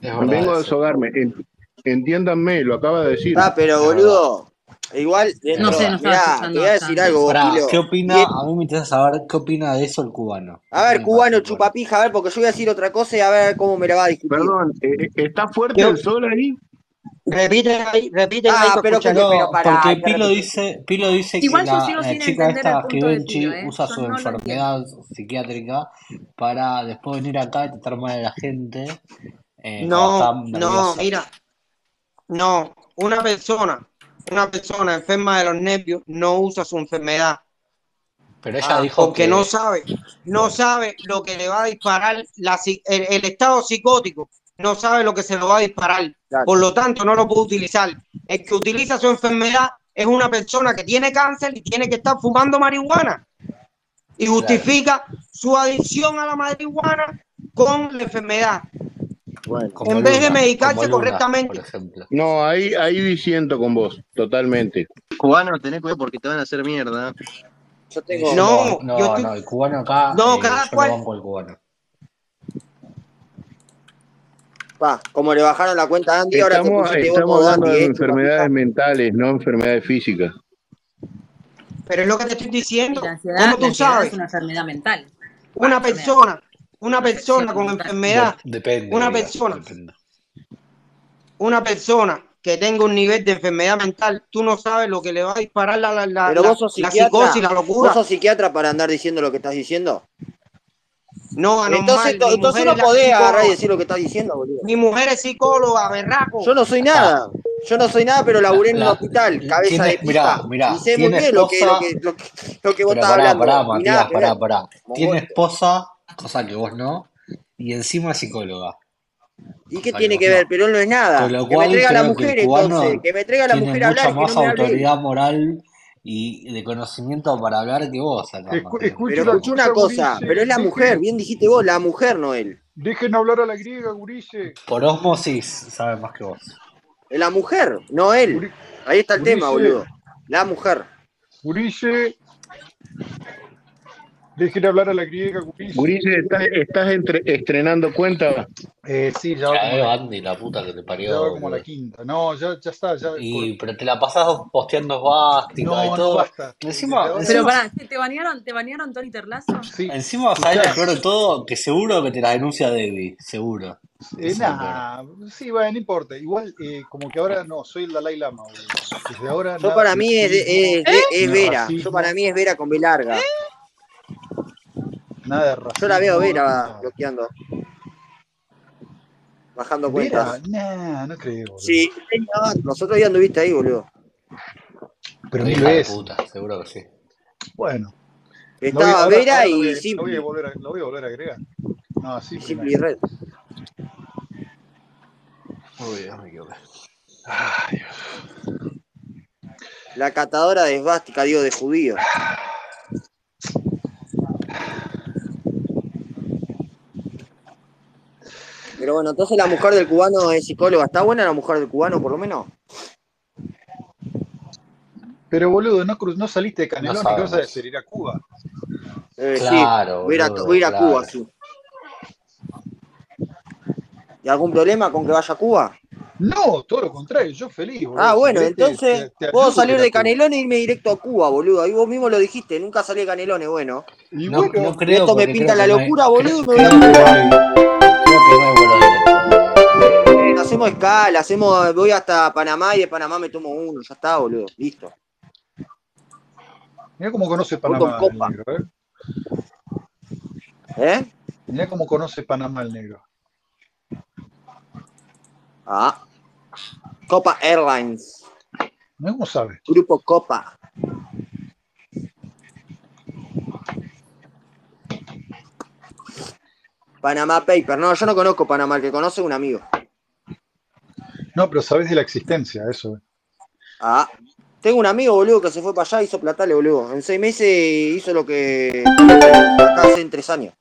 S1: Es verdad
S2: vengo a
S1: eso.
S2: desahogarme. En- Entiéndanme, lo acaba de decir.
S12: Ah, pero boludo, igual dentro.
S1: No sé, no estaba
S12: mirá, te
S1: escuchando
S12: voy a decir algo, vos,
S1: Pará,
S12: Pilo.
S1: ¿qué opina? A mí me interesa saber qué opina de eso el cubano.
S12: A ver, cubano, chupapija, a ver, porque yo voy a decir otra cosa y a ver cómo me la va a discutir.
S2: Perdón, eh, ¿está fuerte el sol ahí?
S7: Repite ahí, repite
S12: Ah, pero
S7: escuchar.
S12: escucha, pero
S1: No,
S12: pará,
S1: porque
S12: hay que
S1: Pilo
S12: repetir.
S1: dice, Pilo dice que
S11: Igual yo
S1: la,
S11: sigo
S1: la
S11: sin
S1: chica
S11: entender el
S1: esta,
S11: punto de
S1: Givenchy,
S11: Pilo, ¿eh?
S1: usa
S11: Yo
S1: su
S11: no lo entiendo.
S1: enfermedad psiquiátrica para después venir acá y tratar mal a la gente eh, cuando
S7: No,
S1: está
S7: no,
S1: nerviosa.
S7: mira, no. Una persona, una persona enferma de los nervios no usa su enfermedad Ah,
S1: Pero ella dijo
S7: porque
S1: que...
S7: no sabe, no
S1: Bueno.
S7: sabe lo que le va a disparar la psi- el, el estado psicótico, no sabe lo que se lo va a disparar. Por lo tanto, no lo puede utilizar. El que utiliza su enfermedad es una persona que tiene cáncer y tiene que estar fumando marihuana y justifica su adicción a la marihuana con la enfermedad.
S1: Como
S7: en vez de
S1: Luna, como
S7: medicarse
S1: Luna, por
S7: correcamente.
S1: ejemplo.
S2: No, ahí, ahí disiento con vos, totalmente.
S5: Cubano, tenés cuidado porque te van a hacer mierda.
S12: Yo
S1: Y yo no,
S7: No,
S1: ban-
S7: yo
S1: no,
S7: estoy.
S1: no, el cubano acá,
S7: No,
S1: eh,
S7: cada
S1: yo no
S7: cual.
S1: banco al cubano.
S12: Pa, como le bajaron la cuenta a Andy, ahora te
S2: Estamos,
S12: pusiste vos
S2: estamos
S12: modo
S2: hablando
S12: Andy,
S2: de
S12: ¿eh? Chupapija.
S2: enfermedades mentales, no enfermedades físicas.
S7: Pero es lo que te estoy
S11: Y la
S7: diciendo.
S11: ansiedad,
S7: ¿Cómo
S11: la
S7: tú
S11: ansiedad es
S7: sabes?
S11: una enfermedad mental. Va,
S7: Una
S11: enfermedad.
S7: persona, una
S11: Una afección
S7: persona con
S11: mental.
S7: enfermedad,
S1: Dep- depende,
S7: una
S1: diga,
S7: persona,
S1: depende.
S7: una persona que tenga un nivel de enfermedad mental, tú no sabes lo que le va a disparar la, la, la,
S12: Pero vos
S7: la,
S12: sos
S7: la psicosis,
S12: psiquiatra.
S7: la
S12: ¿Vos
S7: locura.
S12: sos psiquiatra para andar diciendo lo que estás diciendo?
S7: No,
S12: Entonces,
S7: anormal.
S12: to-
S7: Mi
S12: entonces
S7: mujer es
S12: no
S7: la
S12: podés agarrar y
S7: psicóloga.
S12: decir lo que estás diciendo, boludo.
S7: Mi mujer es psicóloga,
S12: Yo
S7: berraco.
S12: no soy
S1: Ah,
S12: nada. Yo no soy nada, pero
S1: la,
S12: laburé en un
S1: la,
S12: hospital, cabeza de
S1: tiene, mirá,
S12: pija. Y
S1: mirá,
S12: sé muy
S1: tiene
S12: bien lo que, lo
S1: esposa,
S12: que, lo que, lo que vos
S1: Pero
S12: estás
S1: pará, pará,
S12: hablando. Y nada
S1: Matías,
S12: que ver.
S1: pará, pará. Tiene
S12: Mongol.
S1: esposa, cosa que vos no, y encima es psicóloga,
S12: ¿Y qué
S1: cosa que
S12: tiene
S1: vos
S12: que ver?
S1: no.
S12: Pero él no es
S1: Con
S12: nada.
S1: lo
S12: Que me
S1: cual
S12: traiga la
S1: creo que el
S12: mujer entonces.
S1: cubano
S12: Que me traiga la
S1: tiene
S12: mujer a
S1: mucha
S12: hablar y que no
S1: más
S12: me hable él.
S1: autoridad moral y de conocimiento para hablar que vos acá,
S8: Escu-
S1: Matías,
S8: escuche
S12: Pero
S8: una
S12: escuché
S1: digamos.
S12: una
S8: cosa,
S12: cosa. Pero
S8: Gurice.
S12: es la mujer.
S8: Dejen,
S12: Bien dijiste vos, la mujer, no él.
S8: dejen hablar a la griega, Gurice.
S1: Por osmosis sabe más que vos.
S12: Es la mujer, no él.
S8: Guri-
S12: Ahí está el tema,
S8: Gurice,
S12: boludo. La mujer.
S8: Gurice. Dejen hablar a la griega, Gurice.
S2: Gurice, estás, estás entre- estrenando cuenta.
S8: Eh, sí, ya va
S1: La
S8: como
S1: veo,
S8: la,
S1: Andy, la puta que te
S8: ya
S1: parió,
S8: va como la
S1: boludo.
S8: quinta. No, ya, ya está, ya
S1: Y,
S8: corté.
S1: pero te la pasás posteando bástica y
S8: No, no
S1: todo.
S8: basta. Desde
S1: Encima,
S8: ahora
S11: Pero
S1: encima,
S11: pará, che, ¿te banearon, te banearon
S3: <laughs>
S11: Tony Terlazo?
S8: sí.
S1: encima, ¿sabés lo
S8: Escuchá,
S1: peor de todo? Que seguro que te la denuncia Debbie, seguro.
S8: eh,
S1: Eso es lo peor.
S8: nada, sí, bueno, no importa. Igual, eh, como que ahora no, soy el Dalai Lama, boludo. Desde ahora
S12: Yo
S8: nada
S12: para
S8: de
S12: mí es,
S8: sexismo,
S12: es-
S2: ¿Eh?
S12: es- es
S8: ni
S12: Vera. Yo para
S8: racismo,
S12: mí es Vera con B larga.
S8: nada de
S12: Yo la veo
S8: racismo,
S12: Vera
S8: nada.
S12: bloqueando, bajando
S8: Vera,
S12: cuentas.
S8: nah, no creo, boludo.
S12: Sí, señor. Los otros días anduviste ahí, boludo.
S8: Pero
S1: Re
S8: mil
S1: hija de
S8: veces.
S1: puta, seguro que sí.
S8: Bueno, lo voy,
S12: Estaba
S8: ahora,
S12: Vera
S8: ahora lo voy a, lo
S12: y
S8: voy a
S12: Simpli.
S8: volver a, lo voy a volver a agregar. No,
S12: Y
S8: simple no.
S12: Simpli y Red.
S1: Muy bien, me equivoqué.
S8: Ay, Dios.
S12: La catadora de esvástica, digo, de judío. Pero bueno, entonces la mujer del cubano es psicóloga. ¿Está buena la mujer del cubano, por lo menos?
S8: Pero boludo, no, cruz, no saliste de Canelones, ¿qué vas a
S1: sabemos.
S8: decir? Ir a Cuba.
S12: Eh, sí,
S1: Claro,
S12: voy a ir a,
S1: boludo,
S12: voy a ir a
S1: claro.
S12: Cuba, sí. ¿Y algún problema con que vaya a Cuba?
S8: No, todo lo contrario, yo feliz, boludo.
S12: Ah,
S8: Si
S12: bueno,
S8: querés, te-
S12: entonces
S8: te- te
S12: puedo
S8: ayudo a
S12: salir
S8: ir a
S12: de
S8: Cuba.
S12: Canelones e irme directo a Cuba, boludo. Ahí vos mismo lo dijiste, nunca salí de Canelones, bueno.
S8: Y
S1: No, no
S12: Y esto
S1: creo
S12: me
S1: porque
S12: pinta
S1: creo
S12: la
S1: que no hay.
S12: locura,
S1: Creo,
S12: boludo, y me voy
S1: creo
S12: a
S1: que no
S12: Cuba.
S1: hay. Creo que no hay vuelo directo.
S12: Eh, hacemos escala, hacemos, voy hasta Panamá y de Panamá me tomo uno, ya está, boludo. Listo.
S8: Mirá cómo conoce
S12: Voy con
S8: Panamá el
S12: copa.
S8: negro, ¿eh?
S12: ¿Eh?
S8: Mirá cómo conoce Panamá el negro.
S12: Ah. Copa Airlines.
S8: Mirá cómo sabe.
S12: Grupo Copa. Panamá Paper. No, yo no conozco Panamá, el que conoce es un amigo.
S8: No, pero sabés de la existencia, eso. eh.
S12: Ah. Tengo un amigo, boludo, que se fue para allá, hizo platales, boludo. En seis meses hizo lo que acá hace en tres años.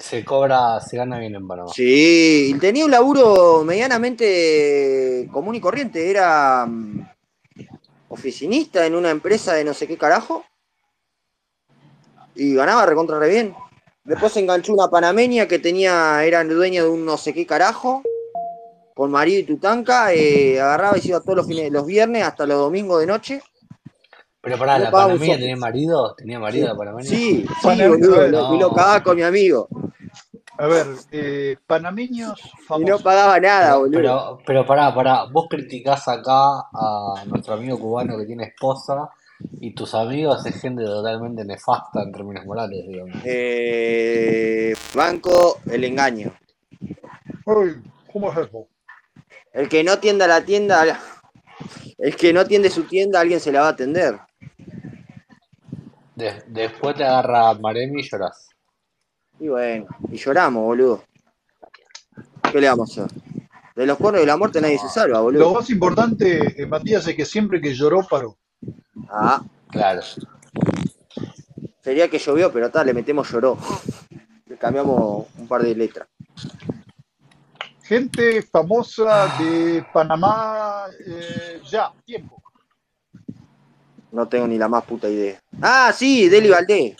S1: Se cobra, se gana bien en Panamá.
S12: Sí, y tenía un laburo medianamente común y corriente. Era mm, oficinista en una empresa de no sé qué carajo y ganaba recontra re bien. Después se enganchó una panameña que tenía, era dueña de un no sé qué carajo, con marido y tutanca, eh, agarraba y se iba todos los fines, los viernes hasta los domingos de noche,
S1: Pero pará,
S12: no
S1: ¿la
S12: pagaba un
S1: panameña
S12: sol.
S1: tenía marido? ¿Tenía marido la panameña?
S12: Sí, sí,
S8: Paname- a
S12: boludo,
S8: ver,
S12: lo, y lo
S1: No.
S12: cagaba con mi amigo.
S8: a ver, eh, panameños
S12: Y no
S8: famosos.
S12: pagaba nada,
S1: Pero,
S12: Ah, boludo.
S1: pero, pero pará, pará. Vos criticás acá a nuestro amigo cubano que tiene esposa y tus amigos es gente totalmente nefasta en términos morales, digamos.
S12: Eh, banco, el engaño.
S8: Uy, ¿cómo es eso?
S12: El que no tienda la tienda, el que no tiende su tienda, alguien se la va a atender.
S1: De- después te agarra Maremi y llorás.
S12: Y bueno, y lloramos, boludo. ¿Qué le vamos a hacer? De los cuernos de la muerte nadie se salva,
S8: Lo
S12: boludo.
S8: más importante, eh, Matías, es que siempre que lloró, paró.
S12: Ah,
S1: Claro.
S12: sería que llovió, pero tal, le metemos lloró. Le cambiamos un par de letras.
S8: Gente famosa
S12: Ah. Eh,
S8: de Panamá, eh, ya, tiempo.
S12: No tengo ni la más puta idea. Ah, sí, Deli Valdés.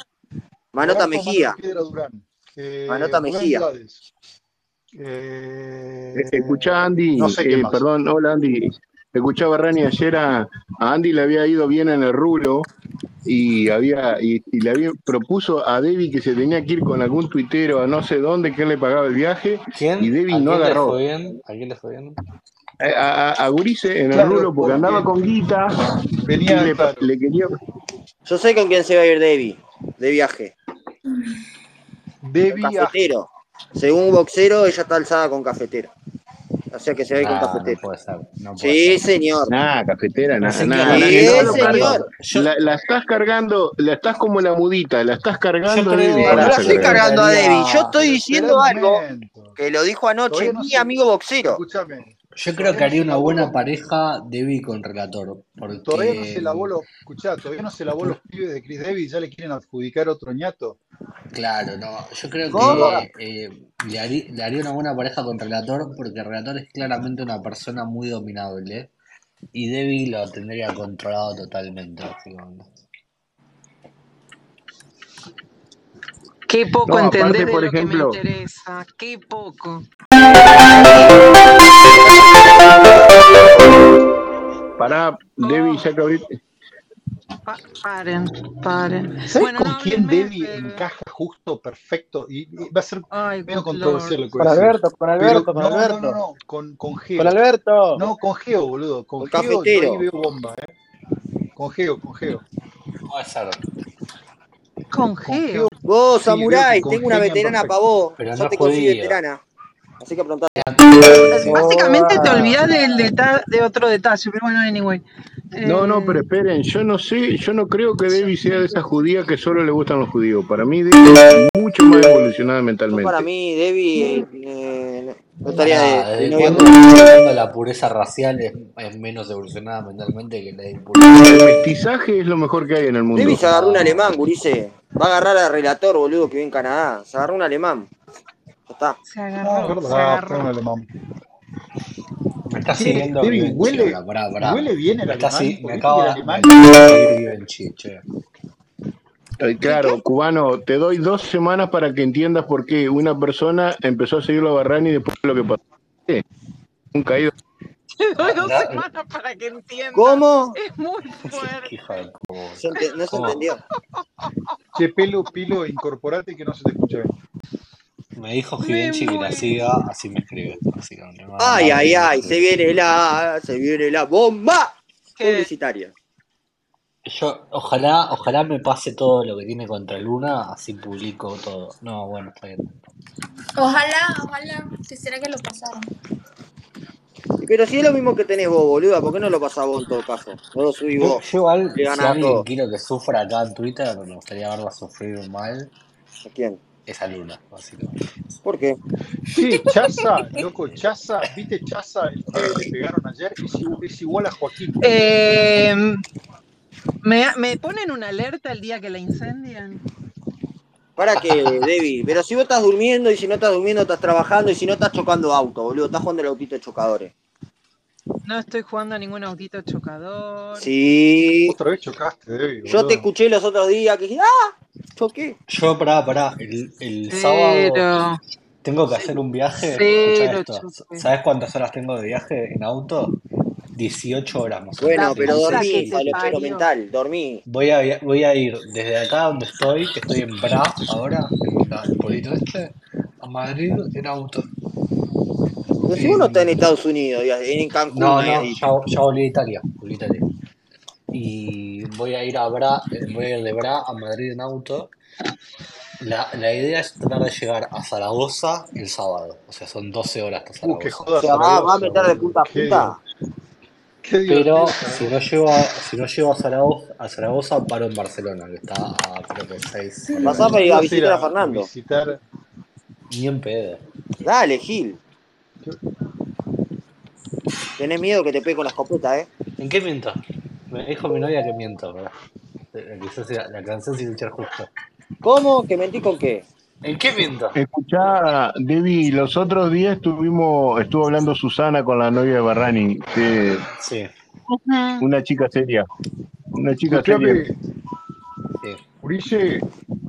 S12: Manota
S8: Rodolfo Manuel
S12: Mejía.
S8: Piedra Durán, eh,
S12: Manota
S8: Rubén
S12: Mejía.
S8: Blades,
S2: Eh,
S8: eh,
S2: Escuchá,
S8: no
S2: Andy,
S8: sé quién
S2: eh,
S8: más.
S2: perdón, hola Andy. Escuchaba Rani ayer a, a Andy le había ido bien en el rulo y había y, y le había propuso a Debbie que se tenía que ir con algún tuitero a no sé dónde que él le pagaba el viaje y
S1: ¿Quién?
S2: Debbie
S1: ¿A
S2: no
S1: quién le
S2: agarró.
S1: fue bien? ¿A quién le fue bien?
S2: Eh, A, a, a Gurice en el
S8: Claro,
S2: rulo porque andaba
S8: porque
S2: con guita y
S8: venía,
S2: le, pa-
S8: claro,
S2: le quería
S12: Yo sé con quién se va a ir Debbie. De viaje.
S8: eh, de
S12: Con
S8: viaje.
S12: cafetero. Según un boxero, ella está alzada con cafetero. O sea que se va a ir con
S1: Nah, Ah, no
S12: cafetero.
S1: puede ser, no puede ser.
S12: Sí, señor.
S2: Nada, cafetera,
S1: No
S2: nada,
S1: sé quién
S2: nada,
S1: es
S2: na-
S1: Debbie,
S2: eh,
S1: pero
S2: no
S12: Sí,
S1: no
S2: lo
S1: me
S2: cargas.
S1: acuerdo.
S12: señor.
S1: Yo,
S2: La, la estás cargando, la estás como la mudita, la estás
S1: yo
S2: cargando a Debbie con
S1: creo,
S12: Pero no
S2: la
S12: la
S1: yo
S12: estoy
S2: chacarera.
S12: cargando a Debbie. Yo
S1: creería,
S12: estoy
S8: Pero espera
S12: diciendo
S8: un
S12: algo
S8: momento.
S12: que lo dijo anoche
S8: Todavía no
S12: mi
S8: se,
S12: amigo boxero.
S8: escúchame,
S1: yo creo
S8: todavía
S1: que
S8: no
S1: haría
S8: se
S1: una
S8: lavó
S1: buena
S8: los,
S1: pareja Debbie con Relator,
S8: todavía no
S1: porque
S8: se lavó los, escuchá, todavía no se lavó
S1: por-
S8: los pibes de Chris Davis, ya le quieren adjudicar otro ñato.
S1: Claro, no, yo creo
S12: ¿Cómo?
S1: que eh, le, harí- le haría una buena pareja con Relator porque Relator es claramente una persona muy dominable y Debbie lo tendría controlado totalmente. así como-
S3: Qué poco
S2: No,
S3: entendés
S2: aparte,
S3: de
S2: por
S3: lo que me
S2: ejemplo,
S3: interesa. Qué poco.
S2: para Debbie,
S3: Oh,
S2: ya que ahorita,
S3: pa- paren, paren.
S8: ¿Sabes
S3: Bueno,
S8: con
S3: no hablen
S8: quién
S3: más
S8: Debbie
S3: de...
S8: encaja justo, perfecto? Y, y va a ser
S3: Ay,
S8: medio
S3: good lord.
S8: controversial lo que voy
S15: Con
S8: a decir.
S15: Alberto, con
S8: Pero
S15: Alberto, con
S8: no, no, no,
S15: Alberto.
S8: no, con, con
S15: Con
S8: Geo.
S15: Alberto.
S8: No, con Geo, boludo. Con
S12: Un
S8: Geo yo ahí
S12: cafetero.
S8: veo bomba, ¿eh? Con Geo, con Geo.
S1: Puede ser,
S3: Con
S8: Con
S3: Geo.
S8: Geo
S12: Vos,
S8: sí, veo que
S12: Samurai, tengo una
S8: congenian
S12: veterana para
S8: perfecto.
S12: vos.
S1: pero no
S12: Ya
S1: es
S12: te conseguí
S1: judío.
S12: veterana. Así que preguntale.
S3: Es- Básicamente
S1: Oh, ah.
S3: te
S15: Hola.
S3: olvidás del deta- de otro detalle, pero bueno, anyway.
S2: No, no, pero
S3: Eh,
S2: esperen, yo no sé, yo no creo que Debbie sea de esas judías que solo le gustan los judíos. Para mí, Debbie es mucho más evolucionada
S12: Yo para
S2: mentalmente.
S12: mí, Debbie, eh, no estaría de,
S1: Pará,
S12: de
S1: ¿desde
S12: novia
S1: cuándo,
S12: con...
S1: desde cuándo la pureza racial es, es menos evolucionada mentalmente que la impureza?
S2: El mestizaje es lo mejor que hay en el
S12: Debbie
S2: mundo.
S12: eh, se agarró un
S1: No,
S12: alemán, Gurice. Va a agarrar al relator, boludo, que vive en Canadá. Se agarró un alemán. Ya está.
S3: se
S8: Ah, es
S3: agarró, se
S8: verdad, fue un
S3: agarró.
S8: alemán.
S1: está
S8: Che,
S1: siguiendo
S8: Debbie,
S1: Givenchy,
S8: huele-
S1: ahora, pará, pará.
S8: huele bien el
S1: Me está
S8: alemán,
S1: si- me
S8: ¿viste
S1: acaba
S8: que el
S1: me
S8: alemán-
S1: acaba de ir Givenchy, che.
S2: Eh, Claro, cubano, te doy dos semanas para que entiendas por qué una persona empezó a seguirlo a Barrani y después lo que pasó. Eh, Un caído.
S3: Te doy
S1: dos
S3: semanas <laughs> para que entiendas.
S12: ¿Cómo?
S3: Es muy fuerte.
S1: Hija de puta.
S12: Se ente- no se
S1: ¿Cómo?
S12: entendió.
S8: Che, pelo, pilo, incorporate que no se te escucha bien.
S1: Me dijo
S8: Me
S1: Givenchy que la
S8: muero.
S1: siga, así me escribe. Así que me va a
S12: Ay,
S1: mandar
S12: ay,
S1: viendo
S12: ay, se viene la, se viene la bomba publicitaria.
S1: Yo, ojalá, ojalá me pase todo lo que tiene contra Luna, así publico todo. No, bueno, está bien.
S15: Ojalá, ojalá. Quisiera que lo pasaran.
S12: Y Pero si es lo mismo que tenés vos, boluda, ¿por qué no lo pasás vos en todo caso? No lo subís
S1: Yo,
S12: vos.
S1: yo igual,
S12: Le
S1: si
S12: ganás
S1: alguien
S12: todo.
S1: quiero que sufra acá en Twitter, me gustaría verla sufrir mal,
S12: ¿A quién?
S1: es a Luna, básicamente.
S12: ¿Por qué?
S8: Che, Chaza, loco, Chaza, ¿viste Chaza, el pibe que le pegaron ayer? Es, igu- es igual a Joaquín, boludo.
S3: Eh, me, me ponen una alerta el día que la incendian.
S12: ¿Para qué, Debbie? Pero si vos estás durmiendo y si no estás durmiendo estás trabajando y si no estás chocando auto, boludo, estás jugando el autito de chocadores.
S3: No estoy jugando a ningún autito chocador.
S12: Sí.
S8: Otra vez chocaste, Debbie,
S12: Yo te
S8: boludo.
S12: escuché los otros días que dije, ¡ah!
S1: <laughs>
S12: Choqué.
S1: Yo, pará, pará, el, el sábado
S3: Pero,
S1: tengo que hacer un viaje. Escucha
S3: pero,
S1: esto,
S3: choque.
S1: ¿sabes cuántas horas tengo de viaje en auto? 18 horas más o
S3: La
S12: Bueno,
S1: menos,
S12: pero
S3: puta
S1: 16,
S3: que
S12: dormí,
S3: te
S12: falopero
S3: parió.
S12: mental, dormí.
S1: Voy a, via- voy a ir desde acá donde estoy, que estoy en Bra ahora, en la- el pueblito este, a Madrid en auto.
S12: Pero si vos no estás en
S1: Em,
S12: Estados Unidos, ya- en Cancún eh,
S1: no,
S12: me habías
S1: no,
S12: dicho.
S1: ya, ya volví a Italia, volví a Italia. Y voy a ir a Bra, eh, voy a ir de Bra a Madrid en auto. La, la idea es tratar de llegar a Zaragoza el sábado, o sea, son 12 horas hasta
S8: Uh, que
S1: Zaragoza.
S8: joda
S12: O sea, Ah, va, va a
S8: Zaragoza,
S12: meter de
S8: boludo.
S12: punta a
S8: Qué, diver-
S12: punta.
S8: qué divertido
S1: Pero si no
S8: Zaragoza.
S1: llego a, si no llego a Zaragoza, a Zaragoza, paro en Barcelona, que está a creo que 6 horas de
S12: Pasá para
S1: viaje.
S12: ir
S8: ¿Qué
S12: a
S8: vas a ir
S12: visitar a
S8: a, a
S12: Fernando.
S8: visitar?
S1: Ni en pedo.
S12: Dale, Gil.
S8: ¿Qué-
S12: Tenés miedo que te pegue con la escopeta, ¿eh?
S1: ¿En qué miento? Me dijo mi novia que miento, ¿verdad? La que se hace- la canción sin luchar justo.
S12: ¿Cómo? ¿Que mentí con qué?
S1: ¿En qué miento?
S2: Escuchá, Debbie, los otros días estuvimos, estuvo hablando Susana con la novia de Barrani, que-
S1: Sí,
S3: Ujú.
S2: una chica seria, una chica seria.
S8: Escuchame,
S1: Ah, sí.
S8: Uriche,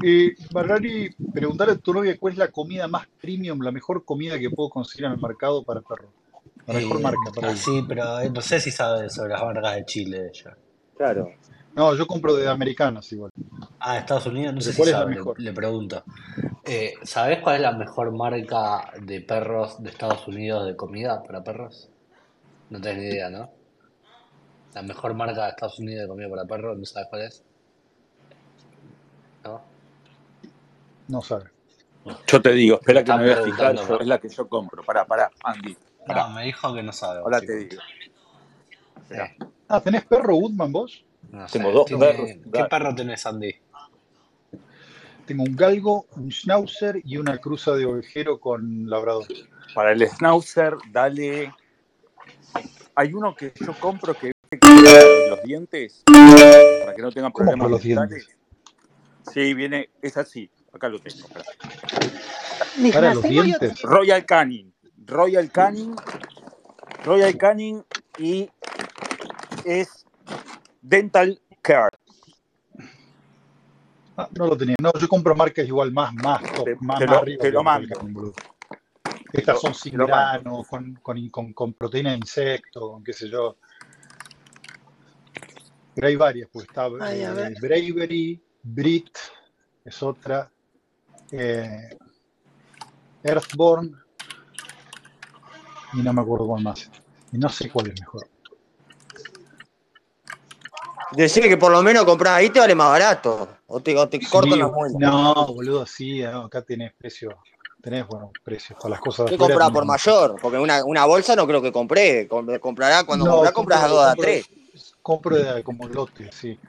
S8: eh, Barrari, preguntarle a tu novia cuál es la comida más premium, la mejor comida que puedo conseguir en el mercado para perro. La mejor
S1: Eh,
S8: marca para él.
S1: así, pero eh, no sé si sabe sobre las marcas de Chile ella.
S12: Claro.
S8: No, yo compro de americanas igual.
S1: Ah, Estados Unidos, no sé
S8: Pero
S1: si
S8: ¿cuál es la
S1: sabe, le,
S8: mejor?
S1: le pregunto. Eh, ¿sabés cuál es la mejor marca de perros de Estados Unidos de comida para perros? No tenés ni idea, ¿no? La mejor marca de Estados Unidos de comida para perros, ¿no sabes cuál es? ¿No?
S8: No sabe.
S1: Bueno,
S9: Yo te digo,
S1: me
S9: espera que me
S1: están
S9: voy a fijar,
S1: preguntando,
S9: yo
S1: pero...
S9: es la que yo compro. Pará, pará, Andy,
S1: No,
S9: pará,
S1: me dijo que no sabe,
S9: ahora te
S1: básicamente.
S9: digo.
S1: Sí,
S12: Eh,
S9: Esperá.
S8: Ah, ¿tenés perro Woodman vos?
S1: no
S9: Tengo
S1: sé.
S9: dos perros,
S1: Tiene...
S9: un
S1: ¿Qué
S9: gato.
S1: perro tenés, Andy?
S8: Tengo un galgo, un schnauzer y una cruza de ovejero con labrador.
S9: Para el schnauzer, dale. Hay uno que yo compro que los dientes, para que no tengan
S8: ¿Cómo para
S9: problemas
S8: los dientes?
S9: dentales. Sí, viene, es así. Acá lo tengo. pará.
S8: ¿Para
S3: Nicolás,
S8: los
S3: tengo yo.
S8: dientes?
S9: Royal Canin. Royal Canin. Royal Canin y es Dental Care.
S8: Ah, no lo tenía. No, yo compro marcas igual más, más top,
S9: Te,
S8: más,
S9: te
S8: más
S9: lo,
S8: arriba
S9: te
S8: que
S9: lo
S8: Royal
S9: mando.
S8: Canin, boludo.
S9: Te
S8: Estas
S9: lo,
S8: son
S9: te
S8: sin
S9: lo mando.
S8: grano, con, con, con, con proteína de insecto, con qué sé yo. Pero hay varias, pues está
S3: Ay, a ver.
S8: eh, Bravery, Brit, es otra, eh, Earthborn, y no me acuerdo cuál más. Y no sé cuál es mejor.
S12: Decime que por lo menos comprás ahí te vale más barato. O te, o te cortan
S8: Sí,
S12: las muelas.
S8: no, boludo, sí, no, acá tenés precios, tenés buenos precios. Para las cosas de
S12: ¿Qué
S8: afuera
S12: comprás
S8: tenés
S12: por
S8: mucho.
S12: mayor? Porque una, una bolsa no creo que compré. Com- Comprará, cuando
S8: No,
S12: comprás, compras a
S8: compro,
S12: dos a
S8: compro,
S12: tres.
S8: compro de- como lote, sí.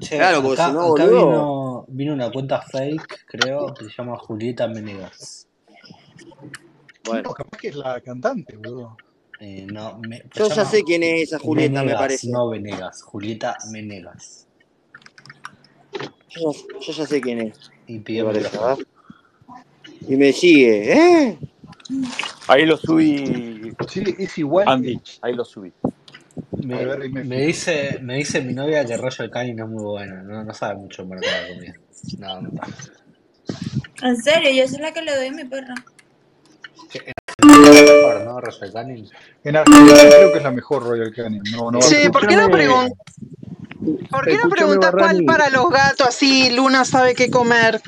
S1: Che,
S12: Claro, porque si
S1: acá,
S12: no,
S1: acá
S12: boludo.
S1: vino, vino una cuenta fake, creo, que se llama Julieta Menegas.
S12: Bueno,
S8: No, capaz que es la cantante, boludo.
S1: Eh, no, me, se
S12: yo ya
S1: llama
S12: sé quién es esa Julieta, me
S1: Menegas,
S12: parece.
S1: no Venegas, Julieta Menegas.
S12: Yo, ya- yo ya sé quién es,
S1: Y
S12: me
S1: pidió
S12: parece. A
S1: micrófono.
S12: ver. Y me sigue, ¿eh?
S9: Ahí lo subí,
S8: Sí, es igual.
S9: Andy, ahí lo subí.
S1: Me, me dice, me dice mi novia que Roger Cani no es muy bueno, no, no sabe mucho el mercado de comida. No, no pasa.
S15: En serio, yo soy la que le doy a mi perra.
S1: Mejor, ¿no? Roger Canin.
S8: En Argentina creo que es la mejor Royal Canin. No, no,
S3: Sí, ¿por qué no
S8: Escúchame,
S3: ¿Por qué no
S8: Escúchame,
S3: preguntas cuál
S8: Barrani.
S3: para los gatos así Luna sabe qué
S5: <laughs>
S3: comer?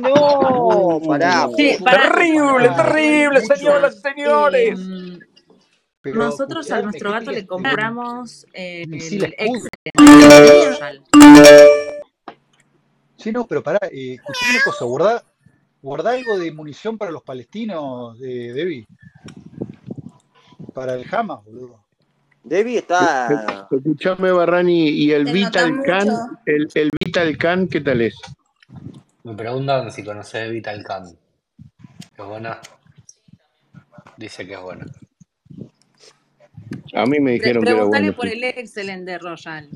S12: ¡No! Pará.
S11: Sí, pará.
S12: Terrible,
S11: Pará.
S12: terrible, señoras
S11: Eh,
S12: y señores.
S8: Pero
S11: Nosotros a
S8: escuchame,
S11: nuestro
S8: ¿qué
S11: gato le
S8: querías que-
S11: compramos eh,
S8: Sí, la
S11: el
S8: escudo.
S11: Excellent.
S8: Sí, no, pero pará, eh, escuchame una cosa, guardá, guardá algo de munición para los palestinos, eh, Debbie, para el Hamas, boludo. Eh,
S12: Debbie está.
S2: Escuchame, Barrani, y el
S15: Se nota
S2: Vital Can,
S15: mucho.
S2: el, el Vital Can, ¿qué tal es?
S1: Me preguntan si conoces Vital Khan. ¿Es buena? Dice que es buena.
S2: A mí me
S11: Pre-
S2: dijeron que era
S11: Preguntale
S2: bueno.
S11: por
S2: sí.
S11: el Excellent de Royal.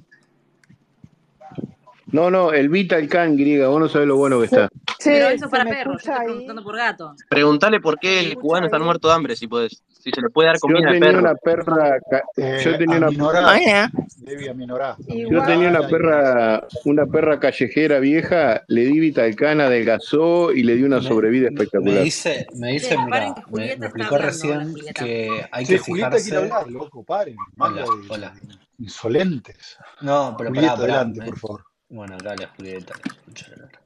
S2: No, no, el Vital Can griega, vos no sabés lo bueno que está.
S11: Pero
S16: Che,
S11: eso
S16: ¿se
S11: para
S16: me
S11: perros,
S16: escucha
S11: yo estoy
S16: ahí?
S11: preguntando por gato.
S5: Preguntale por qué el
S16: ¿Escucha
S5: cubano está
S16: ahí?
S5: muerto de hambre, si podés, si se le puede dar
S2: Yo
S5: comida al
S2: tenía una
S5: perro.
S2: perra, ca- yo
S8: Eh,
S2: tenía una,
S8: aminorá, Debbie, aminorá,
S2: yo
S8: aminorá
S2: tenía
S8: y
S2: una
S8: ahí tenés.
S2: perra, una perra callejera vieja, le di Vital Can, adelgazó y le di una
S1: Me,
S2: sobrevida
S1: me- me
S2: espectacular.
S1: dice, me dice,
S11: Che, paren que
S1: mira, me, me
S11: Julieta está
S1: explicó
S11: hablando ahora,
S1: recién
S11: Julieta.
S1: que hay
S8: Che,
S1: que
S8: Julieta quiere
S1: fijarse.
S8: hablar, loco, paren, manga
S1: Hola,
S8: de,
S1: hola.
S8: de insolentes.
S1: No, pero pará,
S8: Julieta,
S1: pará.
S8: adelante, por
S1: me-
S8: favor.
S1: Bueno, dale, Julieta. la concha de la lora.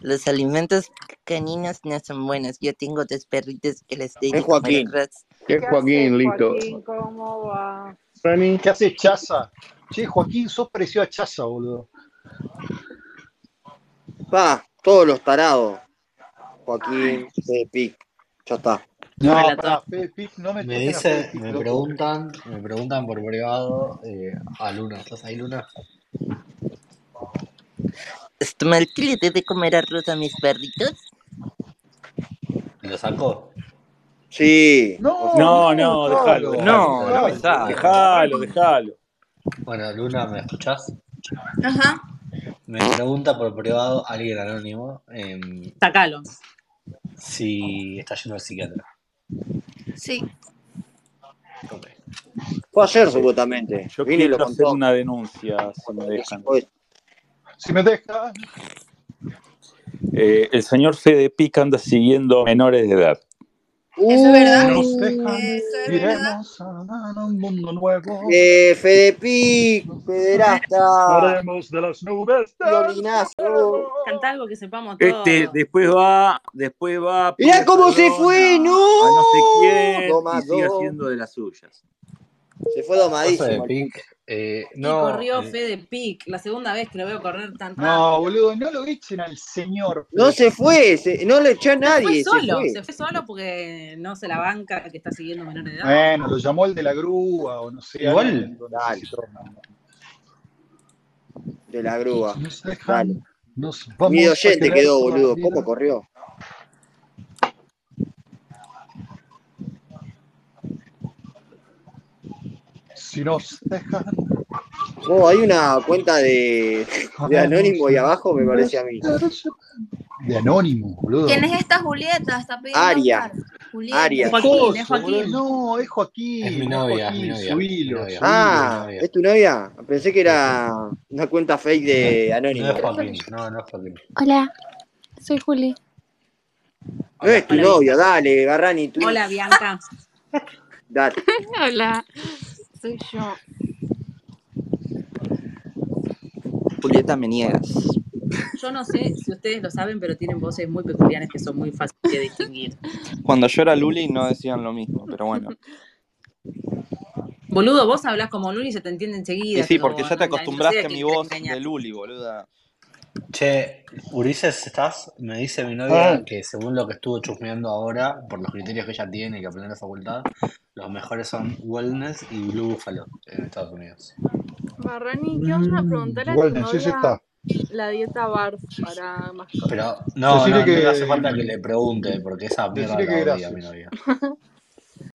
S17: Los alimentos caninos no son buenos. Yo tengo dos perritos que les doy
S12: Es
S17: de comer
S12: Joaquín.
S17: ras.
S2: Es
S16: ¿Qué haces,
S2: Joaquín, listo.
S16: Joaquín? ¿Cómo va?
S2: Rani,
S8: ¿Qué haces, Chaza? Che, Joaquín, sos parecido a Chaza, boludo.
S12: Pa, todos los tarados. Joaquín, Pepi. Ya está.
S8: No,
S11: Relató.
S8: pará, Fede Pic, no me
S1: Me
S8: toquen a Fede
S1: dice,
S8: Pic,
S1: me
S8: loco.
S1: preguntan, me preguntan por privado eh, a Luna. ¿Estás ahí, Luna?
S17: ¿Está mal que le dé de comer arroz a mis perritos?
S1: ¿Lo sacó?
S12: Sí, por
S8: No,
S12: favor.
S8: no,
S9: No, no,
S8: dejalo,
S9: déjalo, déjalo,
S1: Listo,
S16: No, no
S9: déjalo,
S1: dale,
S16: está.
S1: boludo.
S9: déjalo, déjalo.
S1: Bueno, Luna, ¿me escuchás?
S15: Ajá.
S1: Me pregunta por privado alguien anónimo em,
S11: Sacalo.
S1: si está yendo al psiquiatra.
S15: Sí.
S1: Ok.
S12: Fue ayer seguramente.
S9: Yo
S12: Vine y lo
S9: quiero hacer
S12: contó.
S9: una denuncia, si me dejan.
S8: Si me dejan.
S9: Eh, el señor Fede Pica anda siguiendo a menores de edad.
S15: Eso es verdad.
S8: Si nos
S12: Uh,
S8: dejan,
S15: Eso es verdad.
S8: iremos a nadar a un mundo nuevo.
S12: eh, Fedepic, pederasta,
S8: Haremos de las nubes
S12: violinazo.
S11: Canta algo que sepamos
S9: Este,
S11: todos.
S9: después va, después va,
S12: Mirá
S9: pide
S12: cómo se
S9: perdón
S12: fue,
S9: a, a no sé
S12: no.
S9: quién y sigue
S12: Domado.
S9: haciendo de las suyas.
S12: Se fue
S1: Vos sos de
S12: domadísimo el
S1: PIC.
S12: punto.
S1: eh,
S11: Y
S1: no,
S11: corrió
S1: eh,
S11: Fede Pic, la segunda vez que lo veo correr tan
S8: No,
S11: rápido.
S8: boludo, no lo echen al señor
S12: No
S8: Fede
S12: se
S8: Pic.
S12: fue, se- no le echó a
S11: No, se fue
S12: nadie, se
S11: solo,
S12: fue.
S11: se fue solo porque no se la banca que está siguiendo menores de edad.
S8: Bueno, lo llamó el de la grúa o no sé,
S1: igual,
S8: alguien lo
S12: Dale,
S8: necesitó.
S12: de la grúa.
S8: Si nos
S12: Dale.
S8: dejan, nos
S12: Ni de
S8: vamos a
S12: oyente
S8: querer
S12: quedó,
S8: toda la
S12: boludo. ¿Cómo
S8: vida.
S12: corrió?
S8: Si nos dejan,
S12: Oh, hay una cuenta de, de
S8: haremos
S12: Anónimo
S8: de
S12: ahí
S8: las
S12: abajo, me parece
S8: nubes
S12: a mí.
S8: de las- De anónimo,
S15: ¿Quién
S8: boludo.
S15: es esta Julieta? Está pidiendo
S12: Aria,
S15: hablar. Julieta.
S11: Es
S12: Aria.
S11: Joaquín, es
S8: Coso, boludo. No,
S11: Joaquín.
S8: es
S1: es mi
S8: Joaquín, es
S1: novia, es mi
S8: Joaquín.
S1: novia, mi
S8: Subilo,
S1: novia, es mi
S8: subilo.
S12: Ah,
S1: novia.
S12: ¿es tu novia? Pensé que
S1: Sí, sí.
S12: era una cuenta fake
S1: No,
S12: de
S1: no
S12: Anónimo.
S1: es Joaquín, no, no es Joaquín.
S15: Hola, soy Juli.
S12: No
S1: Hola,
S12: es tu
S11: Hola,
S1: Juli.
S12: novia,
S11: Bianca.
S12: dale, Garrani, tú.
S11: Hola, Bianca.
S12: Dale.
S15: Hola, soy yo.
S17: Julieta, me niegas.
S11: Yo no sé si ustedes lo saben, pero tienen voces muy peculiares que son muy fáciles de distinguir.
S18: Cuando yo era Luli no decían lo mismo, pero bueno.
S11: Boludo, vos hablás como Luli y se te entiende
S18: Y
S11: enseguida
S18: sí,
S11: que
S18: porque
S11: vos
S18: ya te
S11: no enga- no sé
S18: acostumbraste
S11: a
S18: a
S11: quién
S18: mi
S11: querés
S18: voz
S11: engañar.
S18: de Luli, boluda.
S1: Che, Ulises, ¿estás? Me dice mi novia
S8: Ah,
S1: que según lo que estuvo chusmeando ahora, por los criterios que ella tiene y que aprendió en la facultad, los mejores son Wellness y Blue Buffalo en Estados Unidos.
S16: Barrani, ¿qué onda?
S8: mm,
S16: Preguntale a tu
S8: Golden, sí, sí
S16: novia
S8: está.
S16: la dieta BARF para mascotas.
S1: Pero no,
S8: Decirle
S1: no, no le hace
S8: que,
S1: falta que le pregunte, porque esa mierda
S8: decirle
S1: la
S8: que
S1: odia mi
S8: gracias. <laughs>
S1: novia.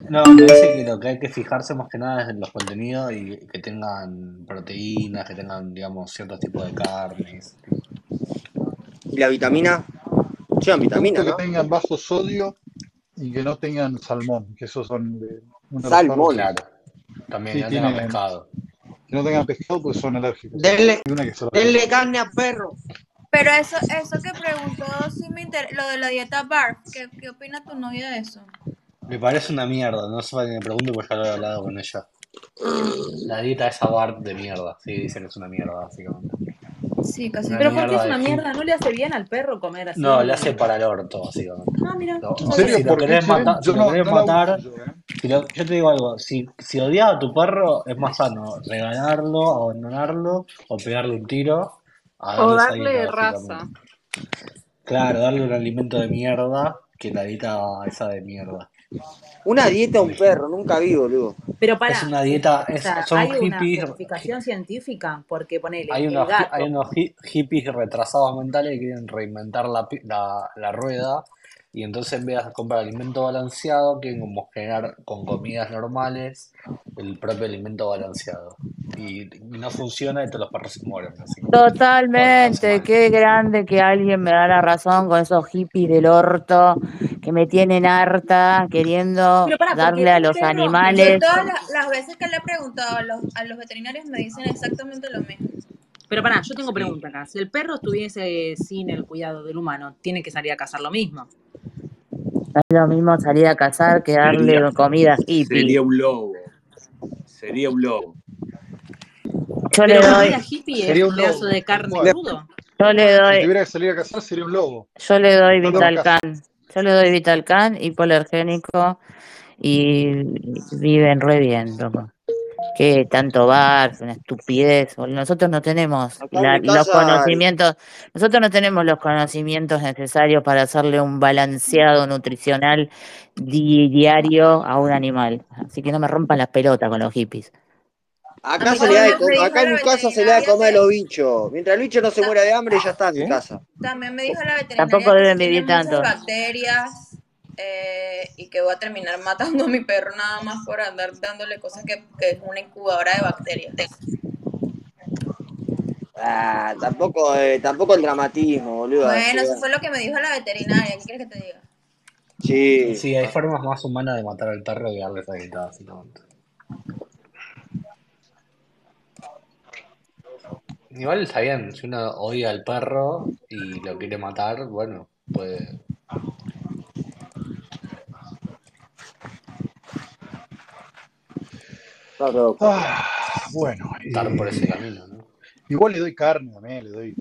S1: No, me dice que lo que hay que fijarse más que nada es en los contenidos y que tengan proteínas, que tengan, digamos, ciertos tipos de carnes.
S12: ¿Y la vitamina? Llevan
S8: Gusta
S12: vitamina,
S8: que
S12: ¿no?
S8: tengan bajo sodio y que no tengan salmón, que esos son de, una de las
S1: Salmón.
S8: carnes-
S1: Claro. También
S8: Sí,
S1: que no tengan
S8: tienen-
S1: pescado.
S8: Que no tengan pescado porque son alérgicos.
S7: Denle-
S8: Hay una que es alérgica.
S7: Denle carne a perro.
S15: Pero eso, eso que preguntó sí me inter- lo de la dieta BARF, ¿qué, qué opina tu novia de eso?
S1: Me parece una mierda, no sé para qué me pregunto porque ya lo he hablado con ella. La dieta esa bar de mierda, sí, dicen que es una mierda, básicamente.
S15: Sí, casi.
S1: Una
S11: Pero porque es
S1: mierda de
S11: una
S1: gente.
S11: mierda, no le hace bien al perro comer así.
S1: No, le hace para el orto, básicamente.
S11: Ah, mira.
S1: Lo-
S8: ¿En
S1: o sea,
S8: serio?
S1: si lo
S8: ¿Por qué,
S1: querés
S8: Cheren?
S1: matar, si
S8: Yo
S1: lo
S8: no,
S1: querés
S8: no la uso
S1: matar,
S8: yo, ¿eh?
S1: si lo- yo te digo algo, si, si odias a tu perro, es más sano regalarlo, abandonarlo o pegarle un tiro a
S16: O
S1: darle esa dieta,
S16: darle
S1: básicamente.
S16: raza.
S1: Claro, darle un alimento de mierda que la dieta esa de mierda.
S12: Una dieta a un perro, nunca vi, boludo.
S11: Pero
S1: Es
S11: para,
S1: una dieta,
S11: o
S1: Ah, es,
S11: sea,
S1: son
S11: ¿hay una
S1: hippies,
S11: justificación científica? Porque ponele
S1: hay
S11: el
S1: unos, hi- hay
S11: gato.
S1: unos hi- hippies retrasados mentales que quieren reinventar la, pi- la, la rueda y entonces en vez de comprar alimento balanceado, quieren como generar con comidas normales el propio alimento balanceado. Y, y no funciona y todos los perros se mueren, básicamente. O la pasan
S19: Totalmente,
S1: mal.
S19: qué grande que alguien me da la razón con esos hippies del orto que me tienen harta queriendo
S15: Pero para, porque
S19: darle a
S15: un
S19: los
S15: perro, yo
S19: animales.
S15: todas la- las veces que le he preguntado a los, a los veterinarios me dicen exactamente lo mismo.
S11: Pero pará, yo tengo
S1: Sí.
S11: pregunta acá. Si el perro estuviese sin el cuidado del humano, ¿tiene que salir a cazar lo mismo?
S19: No es lo mismo salir a cazar que darle
S9: Sería,
S19: comida hippie.
S9: sería un lobo. Sería un lobo.
S19: Yo le
S11: Pero
S19: doy,
S11: comida hippie es
S8: Sería
S11: un
S8: un
S11: pedazo
S8: lobo,
S11: de
S8: tal
S11: carne
S8: cual.
S11: crudo.
S19: yo le
S8: Si
S19: doy,
S8: tuviera que salir a cazar, sería un lobo.
S19: yo le doy
S8: Yo no
S19: Vitalcan,
S8: cazo.
S19: yo le doy Vitalcan y polergénico y viven re bien, loco. que tanto bar, una estupidez. boludo. Nosotros no tenemos
S12: Acá en
S19: la-
S12: mi
S19: los
S12: casa,
S19: conocimientos, nosotros no tenemos los conocimientos necesarios para hacerle un balanceado nutricional di- diario a un animal. Así que no me rompan las pelotas con los hippies.
S15: A
S12: acá
S15: mí
S12: se le da de
S15: también
S12: co-
S15: me dijo
S12: acá en
S15: la
S12: mi casa se le da de
S15: veterinaria
S12: comer a
S15: que
S12: los bichos. Mientras el bicho no se
S15: ta-
S12: muera de hambre, ya está en mi
S18: ¿Qué?
S12: casa.
S15: también me dijo la
S19: Tampoco
S15: veterinaria que eso
S19: deben
S15: tiene
S19: vivir
S15: muchas
S19: tanto.
S15: bacterias eh, y que voy a terminar matando a mi perro nada más por andar dándole cosas que, que es una incubadora de bacterias.
S12: Ah, tampoco, eh, tampoco el dramatismo, boludo.
S15: Bueno, eso
S12: Seba.
S15: fue lo que me dijo la veterinaria. ¿Qué quieres que te diga?
S12: Sí.
S1: Sí, hay formas más humanas de matar al perro que darle esa dieta, básicamente. Igual está bien, si uno odia al perro y lo quiere matar, bueno, puede...
S12: Estás loco.
S8: Ah, bueno,
S1: optar por ese
S8: eh,
S1: camino, ¿no?
S8: igual le doy carne también, le doy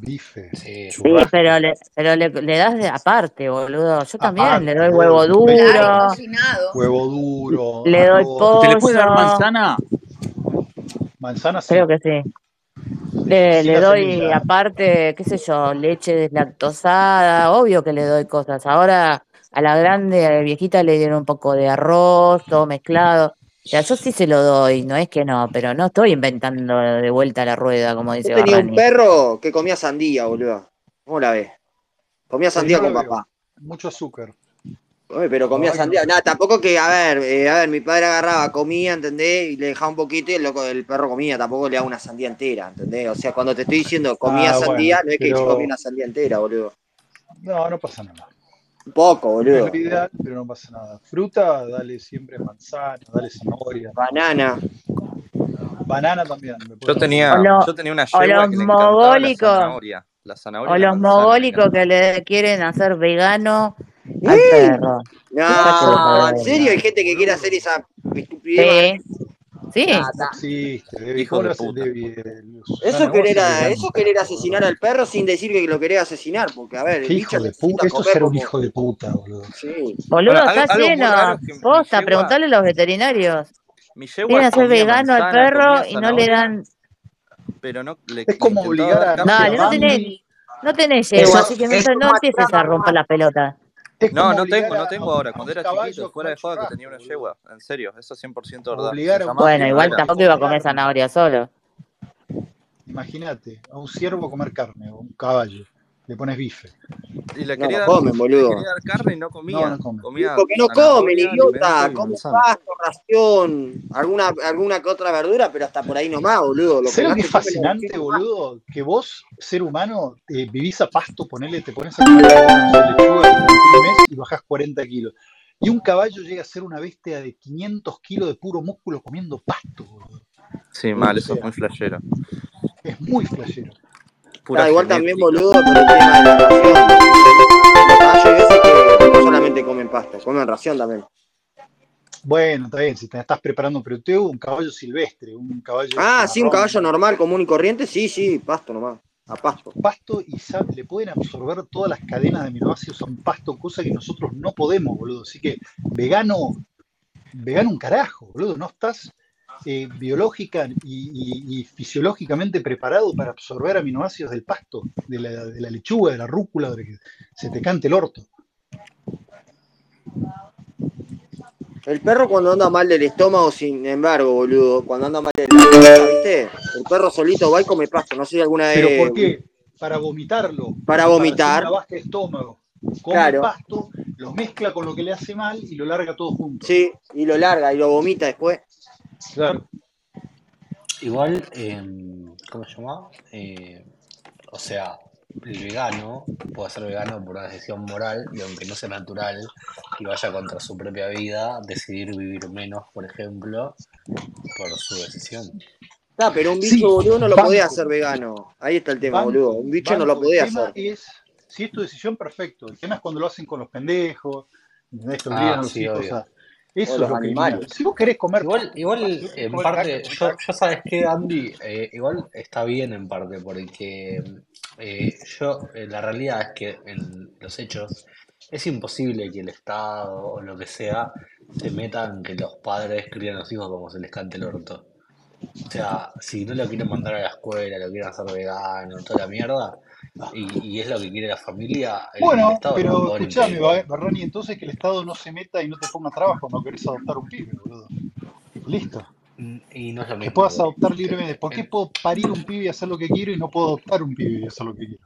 S8: bife,
S1: Sí,
S19: Sí, pero
S8: churrasco.
S19: le, pero le, le das de aparte, boludo. Yo también le doy
S8: Aparte, le doy
S19: huevo
S15: Claro,
S8: bacon,
S19: duro,
S15: cocinado.
S8: huevo duro,
S19: le doy
S8: arroz.
S9: ¿Se le puede dar
S19: pollo,
S9: manzana?
S8: Manzana
S19: creo
S8: sí,
S19: que sí. Le,
S8: sin
S19: le
S8: la
S19: doy
S8: semilla, ¿eh?
S19: aparte, qué sé yo, leche deslactosada, obvio que le doy cosas. Ahora a la grande, a la viejita le dieron un poco de arroz, todo mezclado. O sea, yo sí se lo doy, no es que no, pero no estoy inventando de vuelta la rueda, como
S12: Yo
S19: dice
S12: tenía un
S19: Barrani.
S12: perro que comía sandía, boludo. ¿Cómo la ves? Comía
S8: Sí,
S12: sandía
S8: no
S12: con
S8: la veo.
S12: papá.
S8: Mucho azúcar.
S12: Oye, pero
S8: La
S12: comía
S8: verdad que no
S12: sandía.
S8: la
S12: Nada,
S8: veo.
S12: tampoco que, a ver, eh, a ver, mi padre agarraba, comía, ¿entendés? Y le dejaba un poquito y el, loco, el perro comía, tampoco le daba una sandía entera, ¿entendés? O sea, cuando te estoy diciendo comía
S8: Ah,
S12: sandía,
S8: bueno,
S12: no es que yo comí
S8: pero
S12: una sandía entera, boludo.
S8: no, no pasa nada.
S12: Un poco,
S8: No es lo
S12: boludo.
S8: ideal, pero no pasa nada. Fruta, dale siempre manzana, dale zanahoria.
S12: Banana.
S8: Banana también, me
S18: Yo
S8: puede dar banana.
S18: tenía,
S19: O, lo-
S18: yo tenía una
S19: o
S18: yegua
S19: los
S18: que le encantaba la
S19: mogólicos,
S18: zanahoria. La zanahoria
S19: o
S18: y la
S19: los
S18: manzana le
S19: mogólicos que
S18: encantaba.
S19: le quieren hacer vegano al
S12: ¿Eh?
S19: perro. Déjate de
S12: No, ¿en
S19: joder.
S12: serio hay gente
S8: Vegano,
S12: que quiere hacer
S8: boludo.
S12: esa estupidez banal?
S19: Sí, sí.
S12: Nah,
S8: No
S12: ta.
S8: existe, Debbie.
S18: Hijos
S8: ¿Cómo
S18: de
S8: lo haces,
S18: puta.
S8: Debbie? El- Susana,
S12: Eso
S8: ¿cómo
S12: querer,
S8: haces
S12: a-
S8: vegano
S12: eso
S8: un
S12: querer
S8: perro, boludo?
S12: asesinar al perro sin decir que lo querés asesinar, porque, a ver, el
S8: Qué
S12: bicho
S8: hijo de puta.
S12: necesita
S8: Eso es
S12: comer
S8: ser un
S12: como...
S8: hijo de puta, boludo.
S12: Sí.
S18: Bueno,
S19: Boludo,
S18: algo,
S19: está
S18: algo muy raro
S19: lleno.
S18: es que mi
S19: Posta,
S18: yegua,
S19: preguntale a los veterinarios.
S18: mi
S19: Quieren
S18: yegua
S19: hacer
S18: comía
S19: vegano al
S18: manzana,
S19: perro
S18: comía
S19: y no le
S18: zanahoria,
S19: dan.
S18: pero no le,
S8: Es
S18: le
S8: como
S18: intentaba
S8: obligar
S18: dar
S8: a,
S18: cambio
S8: a
S19: Dale, no tenés,
S8: Bambi.
S19: no tenés
S7: Eso,
S19: yegua, así que no,
S7: eso
S19: te-
S7: es
S19: no empieces
S7: maltrato
S19: a romper
S7: animal.
S19: las pelotas.
S8: Es
S18: No,
S8: como
S18: no
S8: obligar
S18: tengo, no
S8: a, a
S18: tengo
S8: un,
S18: ahora.
S8: a
S18: Cuando
S8: un
S18: era
S8: caballo
S18: chiquito,
S8: a
S18: fuera
S8: comer
S18: de joda que tenía
S8: churrasco,
S18: una
S8: boludo.
S18: yegua. En serio, eso es 100%
S8: O
S18: verdad. Se
S8: obligar a un
S18: llamaba
S19: Bueno,
S8: ciervo
S19: igual
S8: a
S18: primavera.
S19: tampoco iba a
S8: comer
S19: comer
S8: carne.
S19: zanahoria solo.
S8: Imagínate, a un ciervo a comer carne, o un caballo. Le pones bife.
S18: Y le
S12: No,
S18: quería dar,
S12: no comen,
S18: le
S12: boludo.
S18: quería dar carne y no
S8: No, no
S18: comía.
S8: come.
S12: Y
S18: Comía
S12: porque no comen,
S18: zanahoria,
S12: idiota.
S18: alimento y
S12: Comen
S18: manzana.
S12: pasto, ración, alguna, alguna que otra verdura, pero hasta por ahí nomás, boludo. Lo que
S8: ¿Sabes lo
S12: más
S8: que
S12: que
S8: es
S12: comen es ración
S8: fascinante,
S12: y pasto.
S8: boludo? Que vos, ser humano, eh, vivís a pasto, ponele, te pones a comer, no sé, lechuga durante un mes y vas bajás 40 kilos. Y un caballo llega a ser una bestia de 500 kilos de puro músculo comiendo pasto. boludo.
S18: Sí, mal,
S8: O
S18: eso es
S8: sea,
S18: muy flashero.
S8: Es muy flashero.
S12: Ah, igual también, boludo, pero el tema de la ración. Los caballos ese que no solamente comen pasto, comen ración también.
S8: Bueno, está bien, si te estás preparando, pero usted un caballo silvestre, un caballo.
S12: Ah, sí, un
S8: marrón.
S12: caballo normal, común y corriente, sí, sí, pasto nomás. A pasto.
S8: Pasto y sal, le pueden absorber todas las cadenas de aminoácidos son pasto, cosa que nosotros no podemos, boludo. Así que vegano, vegano un carajo, boludo. No estás eh, biológica y, y- y fisiológicamente preparado para absorber aminoácidos del pasto, de la, de la lechuga, de la rúcula, de que se te cante el orto.
S12: El perro cuando anda mal del estómago, sin embargo, boludo, cuando anda mal del estómago, ¿viste? El perro solito va y come pasto, no sé si alguna vez...
S8: ¿Pero por qué? Para vomitarlo.
S12: Para vomitar.
S8: hacer una vasca de estómago. Come
S12: Claro.
S8: pasto, lo mezcla con lo que le hace mal y lo larga todo junto.
S12: Sí, y lo larga y lo vomita después.
S8: Claro.
S1: Igual, em, ¿cómo se llama? Eh, o sea, el vegano puede ser vegano por una decisión moral y aunque no sea natural y vaya contra su propia vida, decidir vivir menos, por ejemplo, por su decisión.
S12: Está, Ah, pero un bicho,
S8: Sí,
S12: boludo, no lo
S8: banco.
S12: podés hacer vegano. Ahí está el tema,
S8: Banco,
S12: boludo. Un bicho no lo
S8: banco. El
S12: podés
S8: tema
S12: hacer.
S8: es, si es tu decisión, perfecto. El tema es cuando lo hacen con los pendejos, ¿entendés? Que obligan
S1: Ah,
S8: a los
S1: sí,
S8: hijos
S1: obvio.
S8: a... Eso es lo que elimina. Si vos querés comer
S1: Igual, igual
S8: si vos querés
S1: en
S8: comer caca,
S1: parte,
S8: comé
S1: yo,
S8: caca.
S1: yo sabes qué, Andy, Eh, igual está bien en parte, porque eh, yo, eh, la realidad es que en los hechos es imposible que el Estado o lo que sea se meta en que los padres crían a los hijos como se les cante el orto. O sea, si no lo quieren mandar a la escuela, lo quieren hacer vegano, toda la mierda, y, y es lo que quiere la familia, el, el
S8: Bueno,
S1: Estado no va a
S8: pero
S1: poder
S8: escuchame,
S1: impedirlo.
S8: Ba- Barrani, entonces que el Estado no se meta y no te ponga trabajo cuando querés adoptar un pibe, boludo. Listo.
S1: Mm, Y no es lo
S8: Que
S1: mismo,
S8: puedas
S1: igual.
S8: adoptar
S1: Te-
S8: libremente. ¿Por qué
S1: en-
S8: puedo parir un pibe y hacer lo que quiero y no puedo adoptar un pibe y hacer lo que quiero?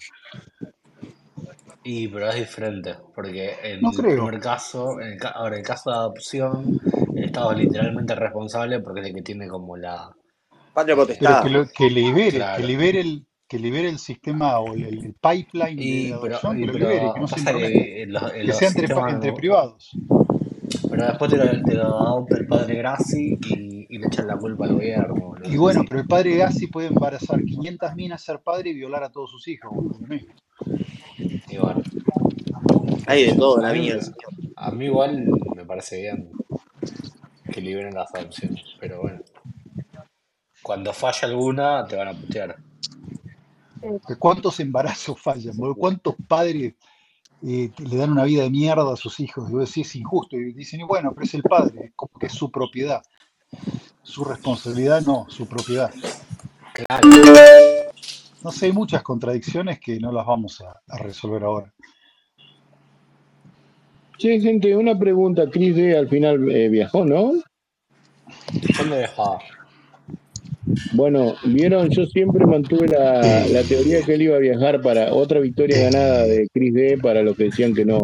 S1: Y pero es diferente, porque en
S8: No
S1: el
S8: creo.
S1: primer caso, en el, ca- ahora en el caso de adopción, el Estado es literalmente responsable porque es el que tiene como la...
S12: Patria
S8: Pero
S1: eh,
S12: potestad.
S8: que, lo- que libere, que
S1: claro.
S8: libere el, que libere el sistema o el, el pipeline de
S1: Y pero,
S8: adopción, que
S1: y
S8: lo libere, que no
S1: pero
S8: se
S1: pasa
S8: entrometa,
S1: que en los, en
S8: que
S1: los
S8: sea entre, pa-
S1: sistemas...
S8: entre
S1: de-
S8: privados.
S1: Pero después te lo, te lo adopta el padre Graci y, y le echan la culpa al gobierno, boludo,
S8: Y
S1: es
S8: bueno,
S1: así.
S8: pero el padre Gassi puede embarazar 500 minas, ser padre y violar a todos sus hijos, boludo, lo mismo.
S1: Y bueno, qué
S12: Hay
S1: sé
S12: de
S1: yo.
S12: todo en
S1: A
S12: la
S1: mí,
S12: mierda.
S1: me- a mí igual me parece bien que liberen las adopciones, pero bueno, cuando falla alguna te van a putear.
S8: Porque ¿Cuántos embarazos <laughs> fallan? boludo? ¿Cuántos padres eh, que le dan una vida de mierda a sus hijos? Y vos decís, es injusto. Y dicen, y bueno, pero es el padre, es como que es su propiedad. Su responsabilidad no, su propiedad.
S1: Claro.
S8: No sé, hay muchas contradicciones que no las vamos a, a resolver ahora.
S2: Che, gente, una pregunta. Chris D. al final eh, viajó, ¿no?
S1: ¿Dónde dejaba?
S2: Bueno, vieron, yo siempre mantuve la, la teoría que él iba a viajar para otra victoria ganada de Chris D. para los que decían que no,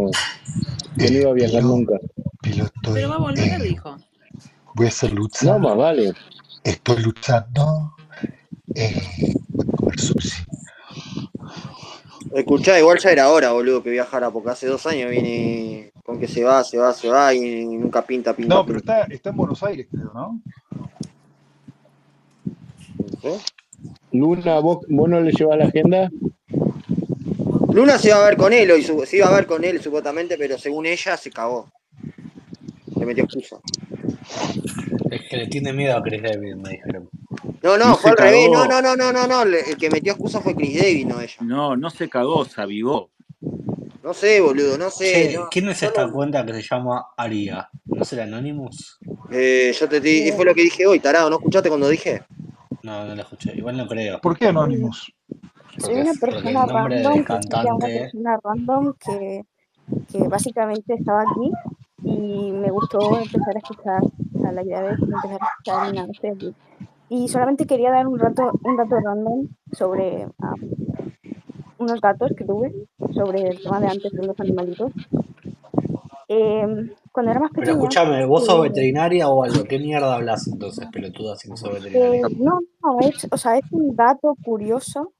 S2: que no iba a viajar
S8: Pelo,
S2: nunca.
S8: piloto
S11: Pero va a volver,
S8: interno.
S11: dijo.
S8: Voy a ser
S2: No,
S8: Lutza.
S2: más vale.
S8: Estoy luchando. eh, voy a comer sushi.
S12: Escuchá, igual ya era hora, boludo, que viajara, porque hace dos años viene con que se va, se va, se va y nunca pinta, pinta,
S8: No, pero
S12: pinta.
S8: está, está en Buenos Aires, creo, ¿no?
S12: No sé.
S2: Luna, ¿vos, vos no le llevas la agenda?
S12: Luna se iba a ver con él hoy, su- se iba a ver con él supuestamente, pero según ella se cagó. Le metió excusa.
S1: Es que le tiene miedo a Chris David, me dijeron.
S12: No,
S9: No
S12: no, fue
S9: se
S12: al revés. No, no,
S9: cagó.
S12: no, no, no, no. le- El que metió excusa fue Chris Davis, no ella.
S9: No, no se cagó, se avivó.
S12: No sé, boludo, no sé.
S1: Che,
S12: No,
S1: ¿quién es
S12: yo,
S1: esta
S12: no-
S1: cuenta que se llama Aria? ¿No será Anonymous?
S12: eh, yo te di- fue lo que dije hoy, tarado. ¿No escuchaste cuando dije?
S1: No, no la escuché. Igual no creo.
S8: ¿Por qué Anonymous?
S20: Soy
S1: Porque,
S20: una
S1: porque el
S20: persona
S1: nombre
S20: random que
S1: del
S20: sigue a una
S1: cantante.
S20: persona random que, que básicamente estaba aquí y me gustó empezar a escuchar, o sea, la idea de empezar a escuchar en la noche aquí. Y solamente quería dar un rato, un dato random sobre ah, unos datos que tuve sobre el tema de antes de los animalitos. Em, cuando era más
S1: Pero
S20: pequeña,
S1: escúchame, ¿vos sos
S20: eh,
S1: veterinaria o algo? ¿Qué mierda hablas entonces, pelotuda, si no sos
S20: eh,
S1: veterinaria?
S20: no, no, es, o sea, es un dato curioso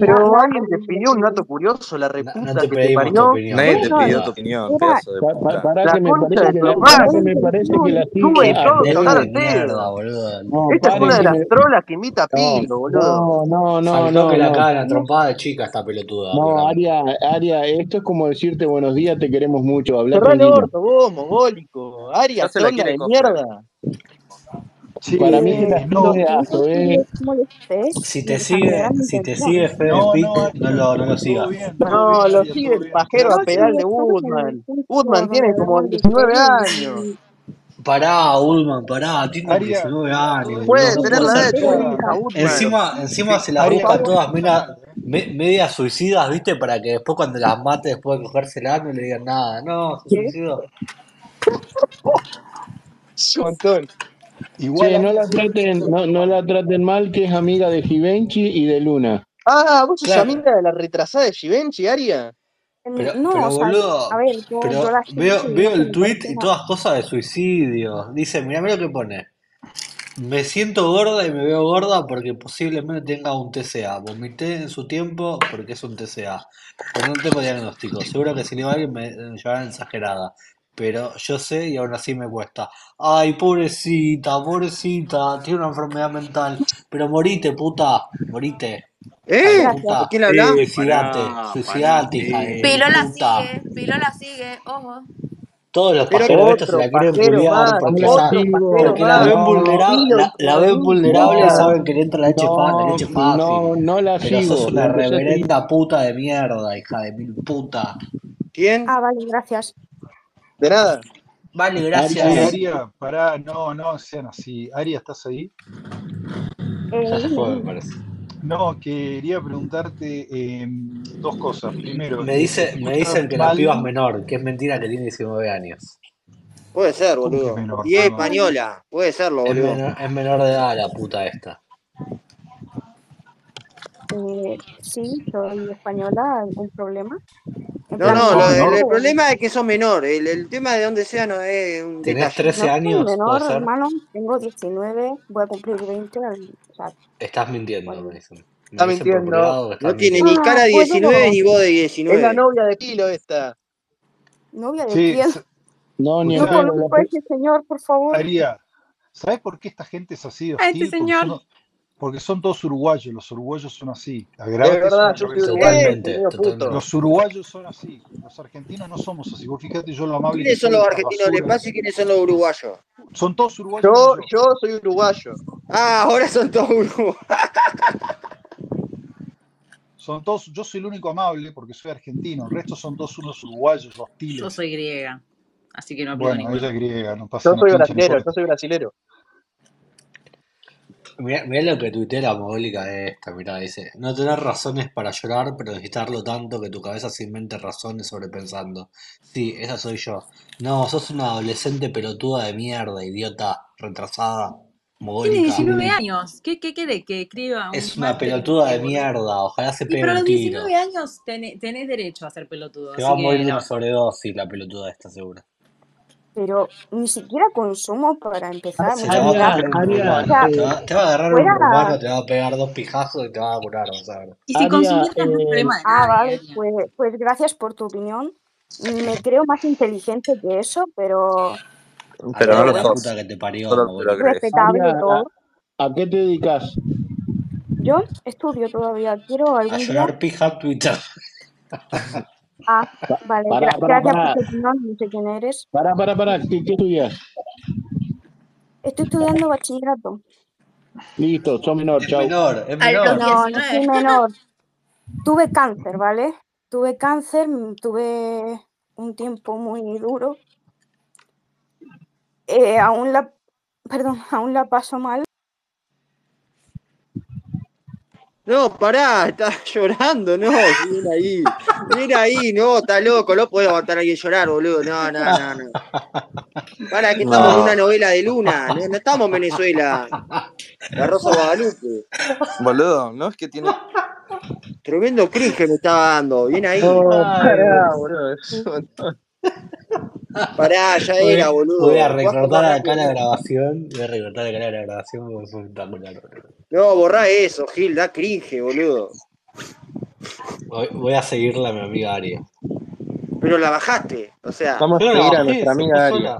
S12: Pero alguien te pidió un dato curioso, la reputa
S1: no
S12: que
S1: te
S12: te
S1: pedimos tu
S12: parió.
S1: opinión. Nadie te
S12: Bueno,
S1: pidió tu
S18: opinión,
S12: era-
S18: pedazo de puta.
S2: Pará
S12: La
S2: que me
S12: concha
S2: parece
S12: de
S2: que
S12: tu
S2: la,
S12: madre.
S2: pará que me parece que la Ah,
S12: Sube
S2: tía-
S12: todo,
S2: no,
S12: hablar
S1: Ah, de
S12: al
S1: mierda,
S12: pedo.
S1: boludo.
S12: Esta es
S2: pará
S12: una de
S2: que
S12: las
S2: me-
S12: trolas que imita a Pilo, boludo.
S2: no, no, no,
S1: Faltó
S2: no,
S1: que la
S2: no.
S1: cara trompada de chica esta pelotuda.
S2: No,
S1: pero-
S2: Aria, Aria, esto es como decirte buenos días, te queremos mucho, habla
S12: Cerrá el
S2: tranquila.
S12: orto, <laughs> vos, mogólico. Aria,
S18: Ya se la
S12: trola
S18: quiere
S12: de
S18: coger.
S12: mierda.
S2: Para mí
S8: Sí,
S2: que
S8: no.
S2: estás pilo de aso, ¿eh?
S20: molesté
S1: Si
S20: y
S1: te
S20: en general
S1: sigue,
S20: mi
S1: si te
S20: intención.
S1: sigue Fede
S8: No, no,
S1: Pico, no
S8: Aria.
S1: lo, no lo
S8: Todo
S1: sigas.
S8: bien, todo
S12: No,
S8: bien,
S12: lo
S8: Aria,
S12: sigue
S8: todo
S12: el
S8: bien.
S12: pajero a
S20: No, sí,
S12: pedal
S20: estamos en
S12: de
S20: el
S12: Woodman.
S20: punto
S12: Woodman tiene
S20: donde
S12: como
S20: hablamos de
S12: 19 años.
S20: tenis.
S1: Pará, Ullman, pará, tienen
S8: Aria,
S1: 19
S8: mira, todo
S1: años,
S8: esto
S1: boludo,
S12: Puede
S1: no
S8: tiene
S12: tener
S1: puede
S8: una
S12: la
S1: ser
S12: edad de tu
S1: todo.
S8: historia.
S12: hija, Woodman.
S1: Encima, encima
S8: Sí,
S1: se las
S8: Aria,
S1: busca
S8: estamos
S1: todas medias,
S8: empezando. ¿eh?
S1: me- medias suicidas, ¿viste? Para que después cuando las mate, después de cogérselas, no le digan nada. No, se suicidó.
S12: Un montón.
S8: Igual,
S2: Che, no
S8: Aria,
S2: la
S8: siempre
S2: traten,
S8: quiero.
S2: no, no la traten mal, que es amiga de Givenchy y de Luna.
S12: Ah, vos sos
S1: Claro,
S12: amiga de la retrasada de Givenchy, Aria.
S20: Mm,
S1: pero,
S20: No, o
S1: pero
S20: sea, a
S1: boludo,
S20: ver, yo, yo
S1: pero
S20: la gente
S1: veo,
S20: que
S1: veo
S20: que
S1: el
S20: me
S1: tweet
S20: parece
S1: y
S20: una...
S1: todas cosas de suicidio. Dice, mirá, mirá lo que pone. Me siento gorda y me veo gorda porque posiblemente tenga un TCA. Vomité en su tiempo porque es un TCA. Pero no tengo diagnóstico. Seguro que si le va a alguien me me llevarán exagerada. Pero yo sé y aún así me cuesta. Ay, pobrecita, pobrecita. Tiene una enfermedad mental. Pero morite, puta. Morite. Hija de
S12: ¿Eh?
S20: Gracias.
S12: ¿Por
S1: puta.
S12: quién habla?
S9: Eh,
S1: Suicidate.
S9: pará, pará,
S1: Suicidate, hija de
S9: eh.
S15: Pilo la
S1: puta.
S15: sigue, Pilo la sigue, ojo.
S1: Todos los
S12: Pero
S1: pajeros estos se
S12: otro
S1: la quieren
S12: pajero
S1: culiar
S12: más,
S1: porque, sa-
S12: otro
S2: Relativo,
S12: pajero
S1: porque la
S12: más.
S1: ven
S2: no,
S1: vulnerable,
S12: Pilo,
S1: la,
S12: hijo
S1: la
S12: de
S1: ven
S12: mil
S1: vulnerable y
S12: putas.
S1: saben que le entra la leche fa- la
S2: no,
S1: leche fácil.
S2: no, no la
S1: Pero sos
S2: sigo,
S1: una
S2: la empecé a seguir.
S1: reverenda puta de mierda, hija de mil puta.
S12: ¿Quién?
S20: Ah, vale, gracias.
S12: De nada.
S1: Vale,
S8: Aria,
S2: Aria,
S1: gracias.
S8: Aria, pará, no, no sean así. Aria, ¿estás ahí?
S20: Eh,
S1: Ya se
S20: dime,
S1: fue, me
S20: dime.
S1: parece.
S8: No, quería preguntarte eh, dos cosas. Primero,
S1: Me
S8: eh, ¿te
S1: dice, me
S8: escuchas
S1: dicen que la piba es
S8: mal?
S1: menor, que es mentira que tiene 19 años.
S12: Puede ser,
S8: ¿Cómo que
S12: boludo.
S8: menor?
S12: Y es
S8: Perdón.
S12: española. Puede serlo,
S1: Es
S12: boludo.
S1: menor, es menor de edad la puta esta.
S20: Eh, sí, soy española, ¿algún problema? En
S12: No,
S20: plan,
S12: no,
S1: ¿Sos
S12: lo-
S20: ¿sabes
S12: el,
S1: menor?
S12: el
S20: qué?
S12: problema es que sos menor. El, el tema de dónde sea no es un
S1: ¿Tenés
S12: detalle.
S1: 13
S20: No soy
S1: años? ¿Puede
S20: menor,
S1: ser?
S20: hermano. Tengo 19, voy a cumplir 20. al- O sea,
S1: Estás mintiendo, me
S20: cuando-
S1: dicen. Me
S12: Está
S1: dicen por
S12: mintiendo.
S1: privado que estás
S12: pues No tiene ni
S1: mintiendo.
S20: Ah,
S12: cara de
S20: puedo.
S12: 19 ni voz de Es la 19.
S8: Sí,
S12: novia de Pilo esta.
S20: ¿Novia de
S8: sí,
S20: quién?
S8: s-
S2: no, ni en
S20: No
S8: escuchá,
S2: pedo. La,
S20: conozco a
S2: pe-
S20: ese señor, por favor.
S8: Aria, ¿sabes por qué esta gente es así de
S15: A este
S8: hostil? Porque
S15: señor.
S8: son, porque son todos uruguayos, los uruguayos son así.
S12: Es
S8: Agravate
S12: verdad,
S8: son
S12: yo soy
S8: uruguayos.
S12: uruguayo,
S1: Totalmente,
S12: medio puto.
S1: totalmente.
S8: Los uruguayos son así, los argentinos no somos así. Vos fíjate yo lo amable que
S12: ¿Quiénes son
S8: soy,
S12: los
S8: esta
S12: argentinos de
S8: basura.
S12: paz y quiénes son los uruguayos?
S8: Son todos uruguayos menos
S12: Yo,
S8: yo.
S12: yo soy uruguayo. Ah, ahora son todos uruguayos.
S8: Son todos, yo soy el único amable porque soy argentino, el resto son todos unos uruguayos
S11: Yo
S8: hostiles.
S11: soy griega, así que no aplico
S8: Bueno,
S11: ninguno.
S8: ella es griega, no pasa,
S12: Yo
S8: no
S12: soy
S8: pincha, no
S12: brasilero,
S8: importa.
S12: yo soy brasilero.
S1: Mirá, mirá lo que tuitea la mogólica esta, mirá, dice, no tener razones para llorar, pero necesitarlo tanto que tu cabeza se invente razones sobrepensando. Sí, esa soy yo. No, sos una adolescente pelotuda de mierda, idiota, retrasada,
S11: Tiene
S1: mogólica. Mm.
S11: 19 años. ¿Qué, qué quiere que escriba un
S1: Es una
S11: máster en
S1: pelotuda
S11: qué,
S1: de
S11: boludo?
S1: mierda, ojalá se
S11: Y
S1: pegue
S11: pero a
S1: un
S11: los 19
S1: tiro.
S11: años tené- tenés derecho a ser pelotudo,
S1: Se va a
S11: así
S1: morir
S11: que
S1: de
S11: la
S1: una
S11: verdad.
S1: sobredosis la pelotuda esta, seguro.
S20: Pero ni siquiera consumo para empezar,
S1: Se te
S20: mucho
S1: va a
S20: menos.
S2: Aria,
S1: pegar un
S20: Ah, O
S2: Aria,
S20: sea,
S1: rumano, te
S2: eh,
S1: va, te va a agarrar un
S20: fuera.
S1: rumano, te va a pegar dos pijazos y te va a curar, vas a ver.
S11: Y si
S2: Aria,
S11: consumieras no es
S2: eh,
S11: problema de
S20: Ah,
S11: nadie,
S20: vale,
S11: Aria.
S20: pues, pues gracias por tu opinión. Me creo más inteligente que eso, pero,
S18: Pero no lo
S20: pero
S1: Andate a la
S20: bueno,
S18: sos.
S1: puta que te parió,
S18: Solo te lo
S1: mogólica.
S18: crees.
S20: respetable
S2: Aria,
S20: todo.
S2: ¿a, a qué te dedicas?
S20: Yo estudio todavía, quiero
S1: A
S20: algún día.
S1: llorar pija Twitter.
S20: Ah, vale,
S2: Para, para,
S20: gra- gracias por
S2: para,
S20: tu opinión, no sé quién eres.
S2: para, para, para, ¿qué, qué estudias?
S20: Estoy estudiando bachillerato.
S2: Listo, sos menor,
S1: Es
S2: chau.
S1: menor, es
S15: A los
S1: menor.
S20: No, no soy
S15: 19.
S20: menor. Tuve cáncer, ¿vale? Tuve cáncer, mm, tuve un tiempo muy duro. Eh, aún la, perdón, aún la paso mal.
S12: No, pará, está llorando, no, bien ahí, bien ahí, no, está loco, no puede aguantar a alguien llorar, boludo, no, no, no, no. Para que estamos en
S18: No,
S12: una novela de luna, no, no estamos en Venezuela, la Rosa de Guadalupe.
S18: boludo, no es que tiene.
S12: Tremendo cringe me estaba dando, bien ahí.
S2: No,
S1: Ay,
S18: Pará,
S1: Dios.
S18: boludo, es <laughs> un montón.
S12: Pará, Ah, ya
S1: Voy,
S12: era,
S1: voy a
S12: boludo, jugaste más
S1: recortar
S12: rápido
S1: acá
S12: que
S1: la
S12: yo.
S1: grabación. Voy a recortar acá la grabación porque es espectacular. boludo.
S12: No, borrá eso, Gil, da cringe, boludo.
S1: Voy, voy a seguirla a mi amiga Aria.
S21: Pero la bajaste, o sea.
S12: Vamos a
S1: Pero la
S12: seguir a
S1: bajé,
S12: nuestra
S1: se
S12: amiga
S1: fue
S12: Aria.
S1: sola.